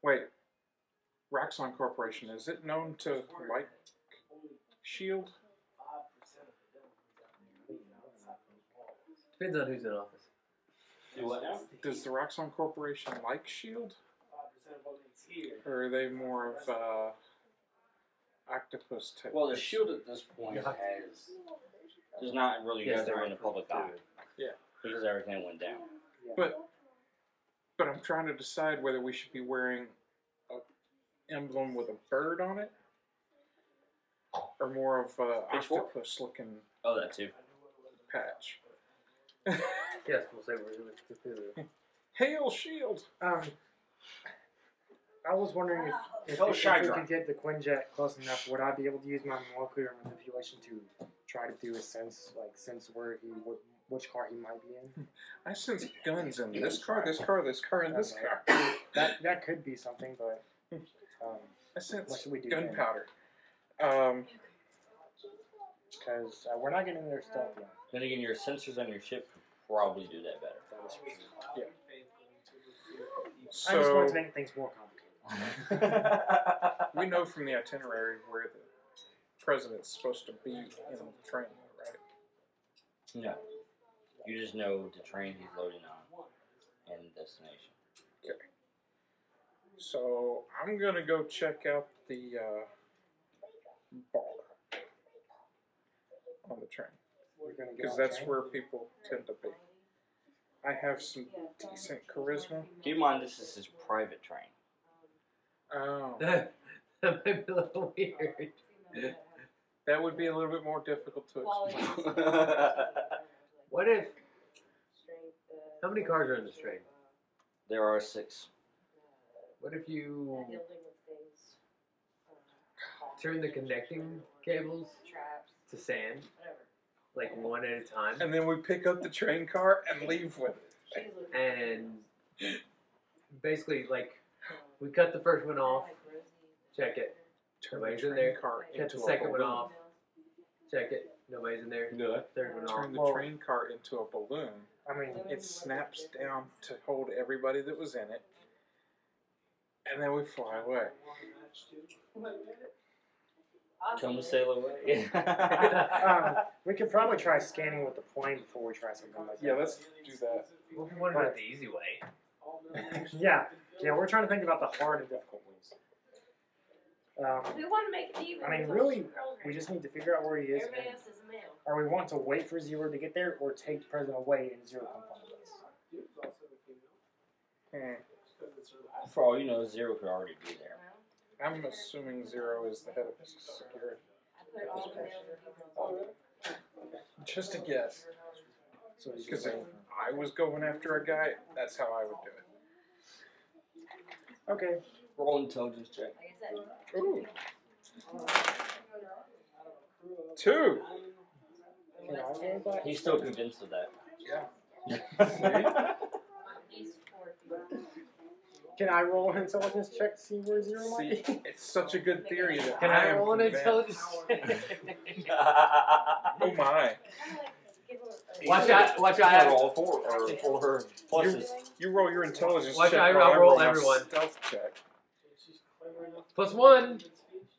[SPEAKER 7] Wait, Roxxon Corporation, is it known to like S.H.I.E.L.D.?
[SPEAKER 5] Depends on who's in office.
[SPEAKER 4] Do what now?
[SPEAKER 7] Does the Roxxon Corporation like S.H.I.E.L.D.? E Or are they more of uh, octopus type?
[SPEAKER 4] Well, the
[SPEAKER 8] E
[SPEAKER 4] shield at this point
[SPEAKER 5] Yeah.
[SPEAKER 4] has does not really
[SPEAKER 5] Yes,
[SPEAKER 4] go
[SPEAKER 5] they're
[SPEAKER 4] through in the public eye.
[SPEAKER 7] Yeah.
[SPEAKER 4] Because everything went down.
[SPEAKER 7] But I'm trying to decide whether we should be wearing a emblem with a bird on it, or more of a
[SPEAKER 4] Pitchfork?
[SPEAKER 7] octopus looking
[SPEAKER 4] Oh, that too.
[SPEAKER 7] patch.
[SPEAKER 5] Yes, we'll say we're doing Cthulhu.
[SPEAKER 7] Hail shield!
[SPEAKER 8] um, I was wondering if, if,
[SPEAKER 4] Oh,
[SPEAKER 8] if, we
[SPEAKER 4] Shydra.
[SPEAKER 8] could get the Quinjet close enough, would I be able to use my molecular manipulation to try to do a sense, like sense where he would, which car he might be in?
[SPEAKER 7] I sense guns in this car, this car, this car, and this car.
[SPEAKER 8] Uh, That that could be something, but um,
[SPEAKER 7] I
[SPEAKER 8] what
[SPEAKER 7] sense
[SPEAKER 8] should we do? then?
[SPEAKER 7] gunpowder. Um,
[SPEAKER 8] Because uh, we're not getting their stuff yet.
[SPEAKER 4] Then again, your sensors on your ship could probably do that better.
[SPEAKER 8] I just
[SPEAKER 7] so
[SPEAKER 8] wanted to make things more complicated.
[SPEAKER 7] we know from the itinerary where the president's supposed to be in the train, right?
[SPEAKER 4] No. You just know the train he's loading on and the destination.
[SPEAKER 7] So I'm gonna go check out the uh, bar on the train
[SPEAKER 8] We're gonna get
[SPEAKER 7] because
[SPEAKER 8] on the
[SPEAKER 7] that's
[SPEAKER 8] train.
[SPEAKER 7] where people tend to be. I have some decent charisma.
[SPEAKER 4] Keep in mind, this is his private train.
[SPEAKER 7] Oh,
[SPEAKER 5] that might be a little weird.
[SPEAKER 7] that would be a little bit more difficult to explain.
[SPEAKER 5] What if? How many cars are on this train?
[SPEAKER 4] There are six.
[SPEAKER 5] What if you turn the connecting cables to sand, like one at a time,
[SPEAKER 7] And then we pick up the train car and leave with it.
[SPEAKER 5] and basically like we cut the first one off, check it,
[SPEAKER 7] Turn
[SPEAKER 5] Nobody's
[SPEAKER 7] the
[SPEAKER 5] in
[SPEAKER 7] train
[SPEAKER 5] there.
[SPEAKER 7] car
[SPEAKER 5] cut
[SPEAKER 7] into
[SPEAKER 5] the
[SPEAKER 7] a
[SPEAKER 5] second one
[SPEAKER 7] balloon.
[SPEAKER 5] off, check it, nobody's in there,
[SPEAKER 4] No.
[SPEAKER 5] third one off.
[SPEAKER 7] Turn the
[SPEAKER 8] Well-
[SPEAKER 7] train car into a balloon.
[SPEAKER 8] I mean,
[SPEAKER 7] It snaps down to hold everybody that was in it, and then we fly away.
[SPEAKER 4] Come sail away.
[SPEAKER 8] um, we could probably try scanning with the plane before we try something like
[SPEAKER 7] Yeah,
[SPEAKER 8] that.
[SPEAKER 7] let's do that.
[SPEAKER 5] Well, we want to do it the easy way.
[SPEAKER 8] yeah, yeah. We're trying to think about the hard and difficult ways. Um,
[SPEAKER 2] We want to make it even.
[SPEAKER 8] I mean, really, we just need to figure out where he is,
[SPEAKER 6] Everybody
[SPEAKER 8] and-
[SPEAKER 6] else is a male.
[SPEAKER 8] or we want to wait for Zero to get there, or take the president away and Zero come find us.
[SPEAKER 7] Hmm.
[SPEAKER 4] For all you know, Zero could already be there.
[SPEAKER 7] I'm assuming Zero is the head of security.
[SPEAKER 6] I put all the males in people.
[SPEAKER 7] Just a guess.
[SPEAKER 8] So he's
[SPEAKER 7] Because
[SPEAKER 8] just
[SPEAKER 7] if
[SPEAKER 8] waiting.
[SPEAKER 7] I was going after a guy, that's how I would do it.
[SPEAKER 8] Okay.
[SPEAKER 4] Roll intelligence check.
[SPEAKER 6] Like I said,
[SPEAKER 7] Ooh. Two!
[SPEAKER 8] Can I roll that?
[SPEAKER 4] He's still convinced of
[SPEAKER 7] Yeah.
[SPEAKER 4] that.
[SPEAKER 6] he's four people.
[SPEAKER 8] Can I roll an intelligence check to see where Zero
[SPEAKER 7] See,
[SPEAKER 8] might be?
[SPEAKER 7] it's such a good theory that
[SPEAKER 5] Can I
[SPEAKER 7] am
[SPEAKER 5] roll an
[SPEAKER 7] convinced-
[SPEAKER 5] intelligence?
[SPEAKER 7] Oh my.
[SPEAKER 5] Watch out! Watch out! I have-
[SPEAKER 4] Roll four or four pluses.
[SPEAKER 7] You roll your intelligence
[SPEAKER 5] Watch,
[SPEAKER 7] check.
[SPEAKER 5] I-
[SPEAKER 7] while
[SPEAKER 5] I'll roll
[SPEAKER 7] my
[SPEAKER 5] everyone.
[SPEAKER 7] Stealth check.
[SPEAKER 5] Plus one.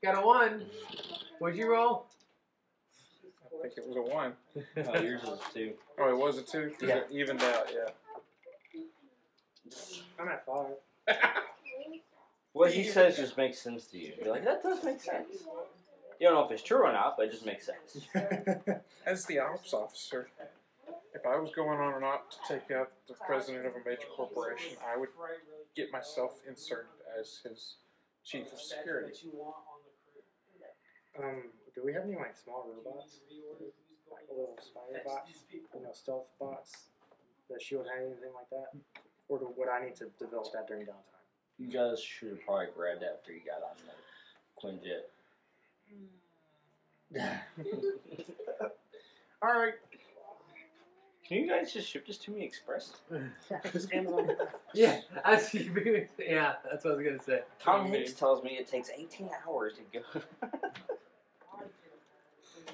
[SPEAKER 5] Got a one. What'd you roll?
[SPEAKER 7] I think it was a one.
[SPEAKER 4] Oh, yours is two.
[SPEAKER 7] Oh, it was a two? 'Cause
[SPEAKER 4] Yeah.
[SPEAKER 7] it evened out, yeah.
[SPEAKER 8] I'm at five.
[SPEAKER 4] What he says just makes sense to you. You're like, that does make sense. You don't know if it's true or not, but it just makes sense.
[SPEAKER 7] As the ops officer, if I was going on an op to take out the president of a major corporation, I would get myself inserted as his chief of security.
[SPEAKER 11] That you want on the crew.
[SPEAKER 8] Um, do we have any like small robots, like little spider bots, you know, stealth bots that shield hand anything like that, or do, would I need to develop that during downtime?
[SPEAKER 4] You guys should have probably grabbed that after you got on the Quinjet.
[SPEAKER 8] All right,
[SPEAKER 4] Can you guys just ship this to me express?
[SPEAKER 8] just Amazon.
[SPEAKER 5] Yeah, that's, yeah, that's what I was gonna say.
[SPEAKER 4] Tom Hanks tells me it takes 18 hours to go.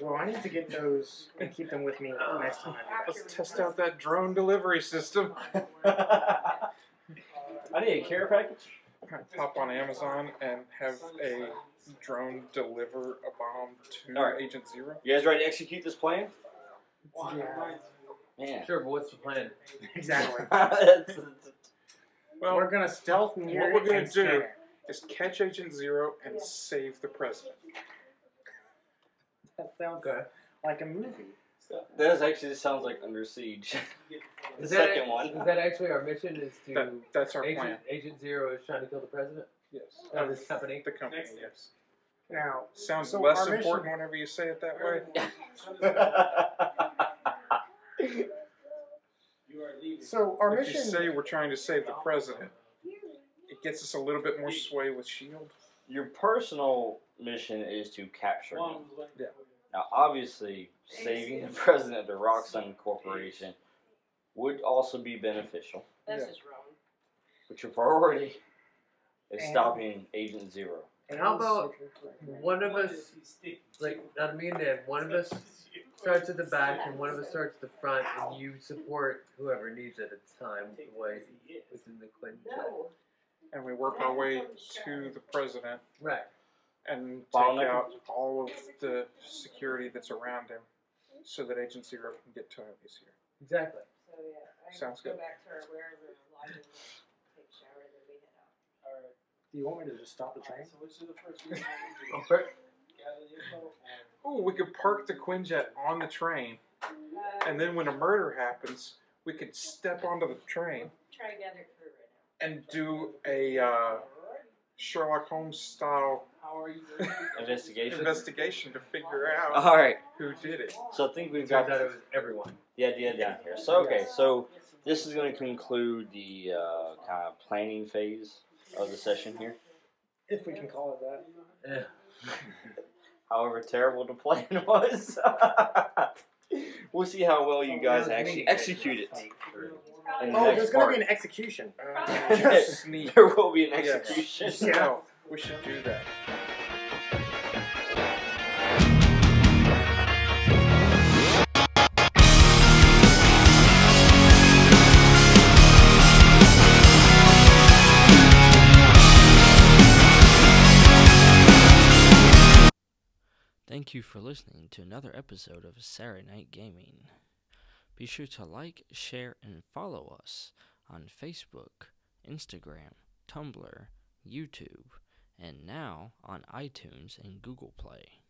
[SPEAKER 8] Well, I need to get those and keep them with me next time. I do
[SPEAKER 7] Let's test out that drone delivery system.
[SPEAKER 4] I need a care package.
[SPEAKER 7] Hop on Amazon and have a drone deliver a bomb to
[SPEAKER 4] All right.
[SPEAKER 7] Agent Zero.
[SPEAKER 4] You guys ready to execute this plan?
[SPEAKER 8] it. Yeah,
[SPEAKER 4] Yeah.
[SPEAKER 5] Sure, but what's the plan?
[SPEAKER 8] exactly.
[SPEAKER 7] Well,
[SPEAKER 8] we're gonna stealth near
[SPEAKER 7] what we're gonna
[SPEAKER 8] and scan
[SPEAKER 7] do-
[SPEAKER 8] it.
[SPEAKER 7] just catch Agent Zero and save the president.
[SPEAKER 8] That sounds like a movie.
[SPEAKER 4] that is actually this sounds like Under Siege. The
[SPEAKER 5] Is that
[SPEAKER 4] second
[SPEAKER 5] act-
[SPEAKER 4] one.
[SPEAKER 5] Is that actually our mission? Is to
[SPEAKER 7] That, that's our plan.
[SPEAKER 5] Agent, Agent Zero is trying to kill the president
[SPEAKER 7] Yes.
[SPEAKER 5] of this company.
[SPEAKER 7] The company,
[SPEAKER 11] Next.
[SPEAKER 7] yes.
[SPEAKER 8] Now,
[SPEAKER 7] Sounds
[SPEAKER 8] So
[SPEAKER 7] less
[SPEAKER 8] our mission-
[SPEAKER 7] important whenever you say it that way.
[SPEAKER 11] You are leaving.
[SPEAKER 8] so our
[SPEAKER 7] if
[SPEAKER 8] mission.
[SPEAKER 7] you say we're trying to save the president, it gets us a little bit more sway with Shield.
[SPEAKER 4] Your personal mission is to capture him.
[SPEAKER 11] One left.
[SPEAKER 7] Yeah.
[SPEAKER 4] Now, obviously, saving the president of the Roxxon Corporation would also be beneficial,
[SPEAKER 6] That's
[SPEAKER 7] Yeah.
[SPEAKER 6] just wrong.
[SPEAKER 4] but your priority is
[SPEAKER 8] And-
[SPEAKER 4] stopping Agent Zero.
[SPEAKER 5] How about One of us, like not me and Dan, one of us starts at the back and one of us starts at the front, and you support whoever needs it at the time. the way within the Quinjet.
[SPEAKER 6] No.
[SPEAKER 7] And we work our way to the president
[SPEAKER 5] Right.
[SPEAKER 7] and take
[SPEAKER 4] Bottleneck.
[SPEAKER 7] out all of the security that's around him so that Agent Zero can get to him easier.
[SPEAKER 5] Exactly.
[SPEAKER 6] So yeah, I
[SPEAKER 7] Sounds
[SPEAKER 6] go
[SPEAKER 7] good.
[SPEAKER 6] back to our wherever lodging was, take a shower, then we head out.
[SPEAKER 11] Alright,
[SPEAKER 8] Do you want me to just stop the train?
[SPEAKER 11] alright, so which of the first ones you wanna do?
[SPEAKER 5] Oh, per-
[SPEAKER 11] Gather the info and-
[SPEAKER 7] Ooh, we could park the Quinjet on the train,
[SPEAKER 6] Uh,
[SPEAKER 7] and then when a murder happens, we could step onto the train
[SPEAKER 6] try to gather crew right now.
[SPEAKER 7] and do a uh,
[SPEAKER 6] Alright.
[SPEAKER 7] Sherlock Holmes style
[SPEAKER 11] How are you doing? Uh-huh.
[SPEAKER 4] Investigation.
[SPEAKER 7] investigation to figure out
[SPEAKER 4] All right,
[SPEAKER 7] who did it.
[SPEAKER 4] so I think we've got
[SPEAKER 5] turns out it was everyone.
[SPEAKER 4] the idea down here. So okay, so this is going to conclude the uh, kind of planning phase of the session here.
[SPEAKER 8] If we can call it that.
[SPEAKER 5] Eh.
[SPEAKER 4] However terrible the plan was, we'll see how well you guys actually execute it.
[SPEAKER 6] He's probably-
[SPEAKER 4] In the
[SPEAKER 8] Oh,
[SPEAKER 4] next
[SPEAKER 8] there's gonna
[SPEAKER 4] part.
[SPEAKER 8] be an execution.
[SPEAKER 7] Uh, sneak.
[SPEAKER 4] There will be an
[SPEAKER 7] Yeah.
[SPEAKER 4] execution.
[SPEAKER 7] No, we should do that.
[SPEAKER 12] Thank you for listening to another episode of Saturday Night Gaming. Be sure to like, share, and follow us on Facebook, Instagram, Tumblr, YouTube, and now on iTunes and Google Play.